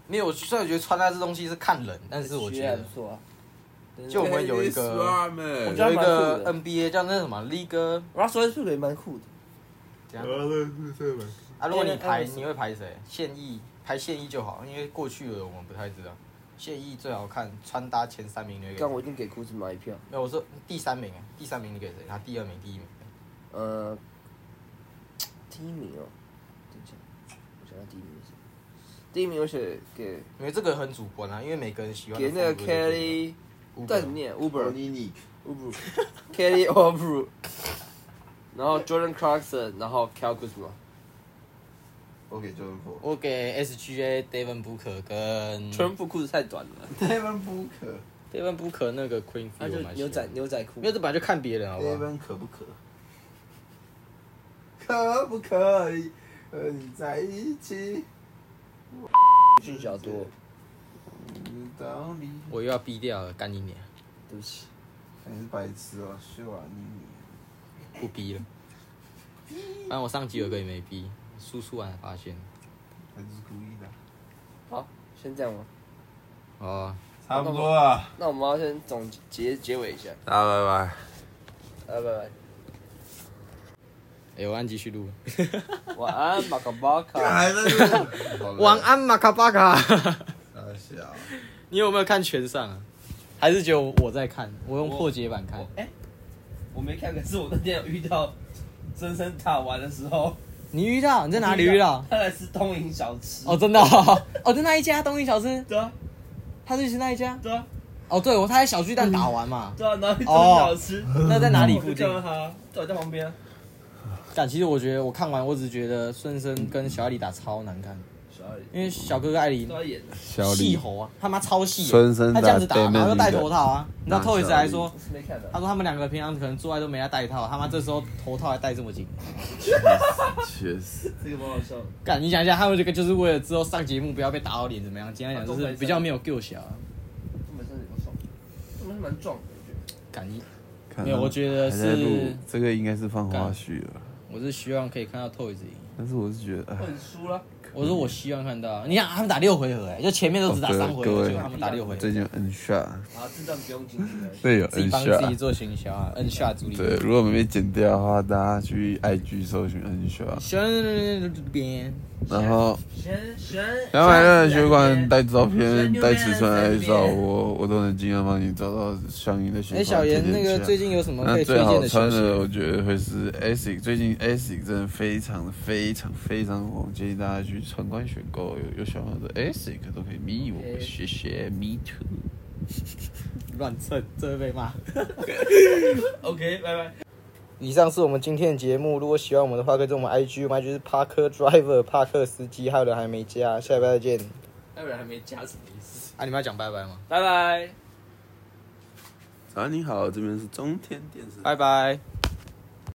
Speaker 5: 没有，我虽然觉得穿搭这东西是看人，但是我觉
Speaker 3: SG 还
Speaker 5: 得
Speaker 3: 不错啊。
Speaker 5: 就我们有一个
Speaker 1: Dennis Rodman，
Speaker 3: 我觉得
Speaker 5: 有一
Speaker 3: 蛮酷
Speaker 5: 个
Speaker 3: 的
Speaker 5: NBA 叫那什么 League
Speaker 3: Russell Westbrook 也蛮酷的，
Speaker 5: 啊，如果你
Speaker 3: Allen
Speaker 5: 排
Speaker 3: Iverson
Speaker 5: 你会排谁？现役排现役就好，因为过去的我们不太知道。现役最好看，穿搭前三名你会给谁
Speaker 3: 干？我一定给库兹马一票。
Speaker 5: 没有，我说第三名，啊第三名你给谁？他第二名、第一名。
Speaker 3: 呃，第一名哦，等一下，我想到第一名是谁？第一名我选给
Speaker 5: 因为这个很主观啊，因为每个人喜欢的
Speaker 3: 给那个
Speaker 5: 风格都不一样
Speaker 3: Kelly，但怎么念？Uber。
Speaker 1: 尼
Speaker 3: Ubru、Kelly Ubru，然后 Jordan Clarkson，然后 Cal Kuzma。
Speaker 1: 我给 Jordan p o
Speaker 4: 我给 SGA Devin Booker 跟
Speaker 3: 全部裤子太短了，
Speaker 1: d e v i n Booker，
Speaker 4: Devin Booker 那个 Queen，
Speaker 3: 他
Speaker 4: Fee
Speaker 3: 就
Speaker 4: 我蛮喜
Speaker 3: 牛
Speaker 4: 欢
Speaker 3: 仔
Speaker 4: 的。
Speaker 3: 牛仔裤
Speaker 5: 没。有，这本来就看别人，好不好？
Speaker 1: 可不可？可不可以和你在一起？
Speaker 3: 俊小多，
Speaker 1: 道理，
Speaker 4: 我又要逼掉了，干你娘！
Speaker 3: 对不起，
Speaker 1: 你是白痴哦，秀啊你你。
Speaker 4: 不逼了。反正我上集有个也没逼，输出完才发现。
Speaker 1: 他就是故意的。
Speaker 3: 先这样吧。
Speaker 4: 哦，
Speaker 1: 差不多
Speaker 4: 啊
Speaker 1: 了，
Speaker 3: 那我们要先总结结尾一下，呃
Speaker 1: 大家拜拜。
Speaker 3: 拜拜
Speaker 4: 哎、我按继续录。
Speaker 3: 拜，晚安，马卡巴卡。
Speaker 1: 还在录
Speaker 4: 晚。安，马卡巴卡。
Speaker 1: 好累傻笑。
Speaker 4: 你有没有看全上啊？还是只有我在看？我用
Speaker 3: 我
Speaker 4: 破解版看。
Speaker 3: 哎，我没看，可是我那天有遇到森森塔玩的时候，
Speaker 4: 你遇到？你在哪里遇到？
Speaker 3: 他来吃东营小吃。
Speaker 4: 哦，，真的哦，哦，就那一家东营小吃，
Speaker 3: 对啊，
Speaker 4: 他就是那一家。
Speaker 3: 对啊，
Speaker 4: 哦，对，我他在小巨蛋打完嘛。
Speaker 3: 对啊，然后去东营小吃，
Speaker 4: 哦那在哪里附近
Speaker 3: 我就？叫他，对，在旁边啊。
Speaker 4: 但其实我觉得我看完，我只觉得孙生跟小艾里打超难看，
Speaker 3: 小二，
Speaker 4: 因为小哥哥艾里
Speaker 3: 啊都要演的，
Speaker 4: 细猴啊，他妈超细耶，
Speaker 1: 孙生
Speaker 4: 他这样子打，
Speaker 1: 打对面
Speaker 4: 然后又戴
Speaker 1: 那个
Speaker 4: 头套啊。你知道
Speaker 1: 拿
Speaker 4: Toys
Speaker 1: 小
Speaker 4: 还
Speaker 1: 力
Speaker 4: 说
Speaker 3: 我，是没看的
Speaker 4: 他。说他们两个平常可能做爱都没在戴套，他妈这时候头套还戴这么紧。
Speaker 1: 确实，
Speaker 3: 这个蛮好笑的。
Speaker 4: 干，你想一下，他们这个就是为了之后上节目不要被打到脸怎么样？今天讲就
Speaker 3: 啊都
Speaker 4: 是
Speaker 3: 没事
Speaker 4: 比较没有 g 小啊。
Speaker 3: 他们真的不爽，他们是蛮壮的，我觉得。
Speaker 4: 干你，
Speaker 1: 看
Speaker 4: 没有
Speaker 1: 到
Speaker 4: 我觉得
Speaker 1: 还在录
Speaker 4: 是
Speaker 1: 这个应该是放花絮了，
Speaker 4: 我是希望可以看到 Toys 赢。
Speaker 1: 但是我是觉得，
Speaker 3: 我
Speaker 4: 嗯
Speaker 1: 哎
Speaker 3: 很输了，
Speaker 4: 我说我希望看到，你想他们打六回合哎、就前面都只打三
Speaker 1: 哦
Speaker 4: 回
Speaker 1: 对各
Speaker 4: 合，
Speaker 1: 位
Speaker 4: 结果他们打六回合
Speaker 1: 最，近有 N shot，
Speaker 3: 啊，这段不用进去了。
Speaker 1: 对有
Speaker 4: 自己
Speaker 1: N
Speaker 4: 帮自己
Speaker 1: shot，
Speaker 4: 做行销啊，摁下主力。
Speaker 1: 对，如果我们被剪掉的话，大家去 IG 搜寻 N shot，
Speaker 4: 选边，
Speaker 1: 然后
Speaker 3: 选选
Speaker 1: 想买任何血管、带照片、带尺寸来找我，我都能尽量帮你找到相应的血
Speaker 4: 哎、
Speaker 1: 管。
Speaker 4: 小严
Speaker 1: 推荐
Speaker 4: 那
Speaker 1: 起来
Speaker 4: 个最近有什么可
Speaker 1: 那
Speaker 4: 以推
Speaker 1: 最
Speaker 4: 荐
Speaker 1: 好
Speaker 4: 的
Speaker 1: 穿
Speaker 4: 消息？
Speaker 1: 的，我觉得会是 ASIC。最近 ASIC 真的非常的非常非常红，建议大家去闯关选购。有有想要的 ASIC 都可以 me 我，
Speaker 3: OK
Speaker 1: 谢谢 me too。
Speaker 4: 乱蹭，这会被骂。
Speaker 3: OK，拜拜。
Speaker 4: 以上是我们今天的节目。如果喜欢我们的话，可以在我们 IG，我们 IG 是帕克 driver 帕克司机，还有人还没加，下礼拜再见。
Speaker 3: 要不然还没加什么意思？
Speaker 4: 啊，你们要讲拜拜吗？
Speaker 3: 拜拜。
Speaker 1: 早安，你好，这边是中天电视台。
Speaker 4: 拜拜。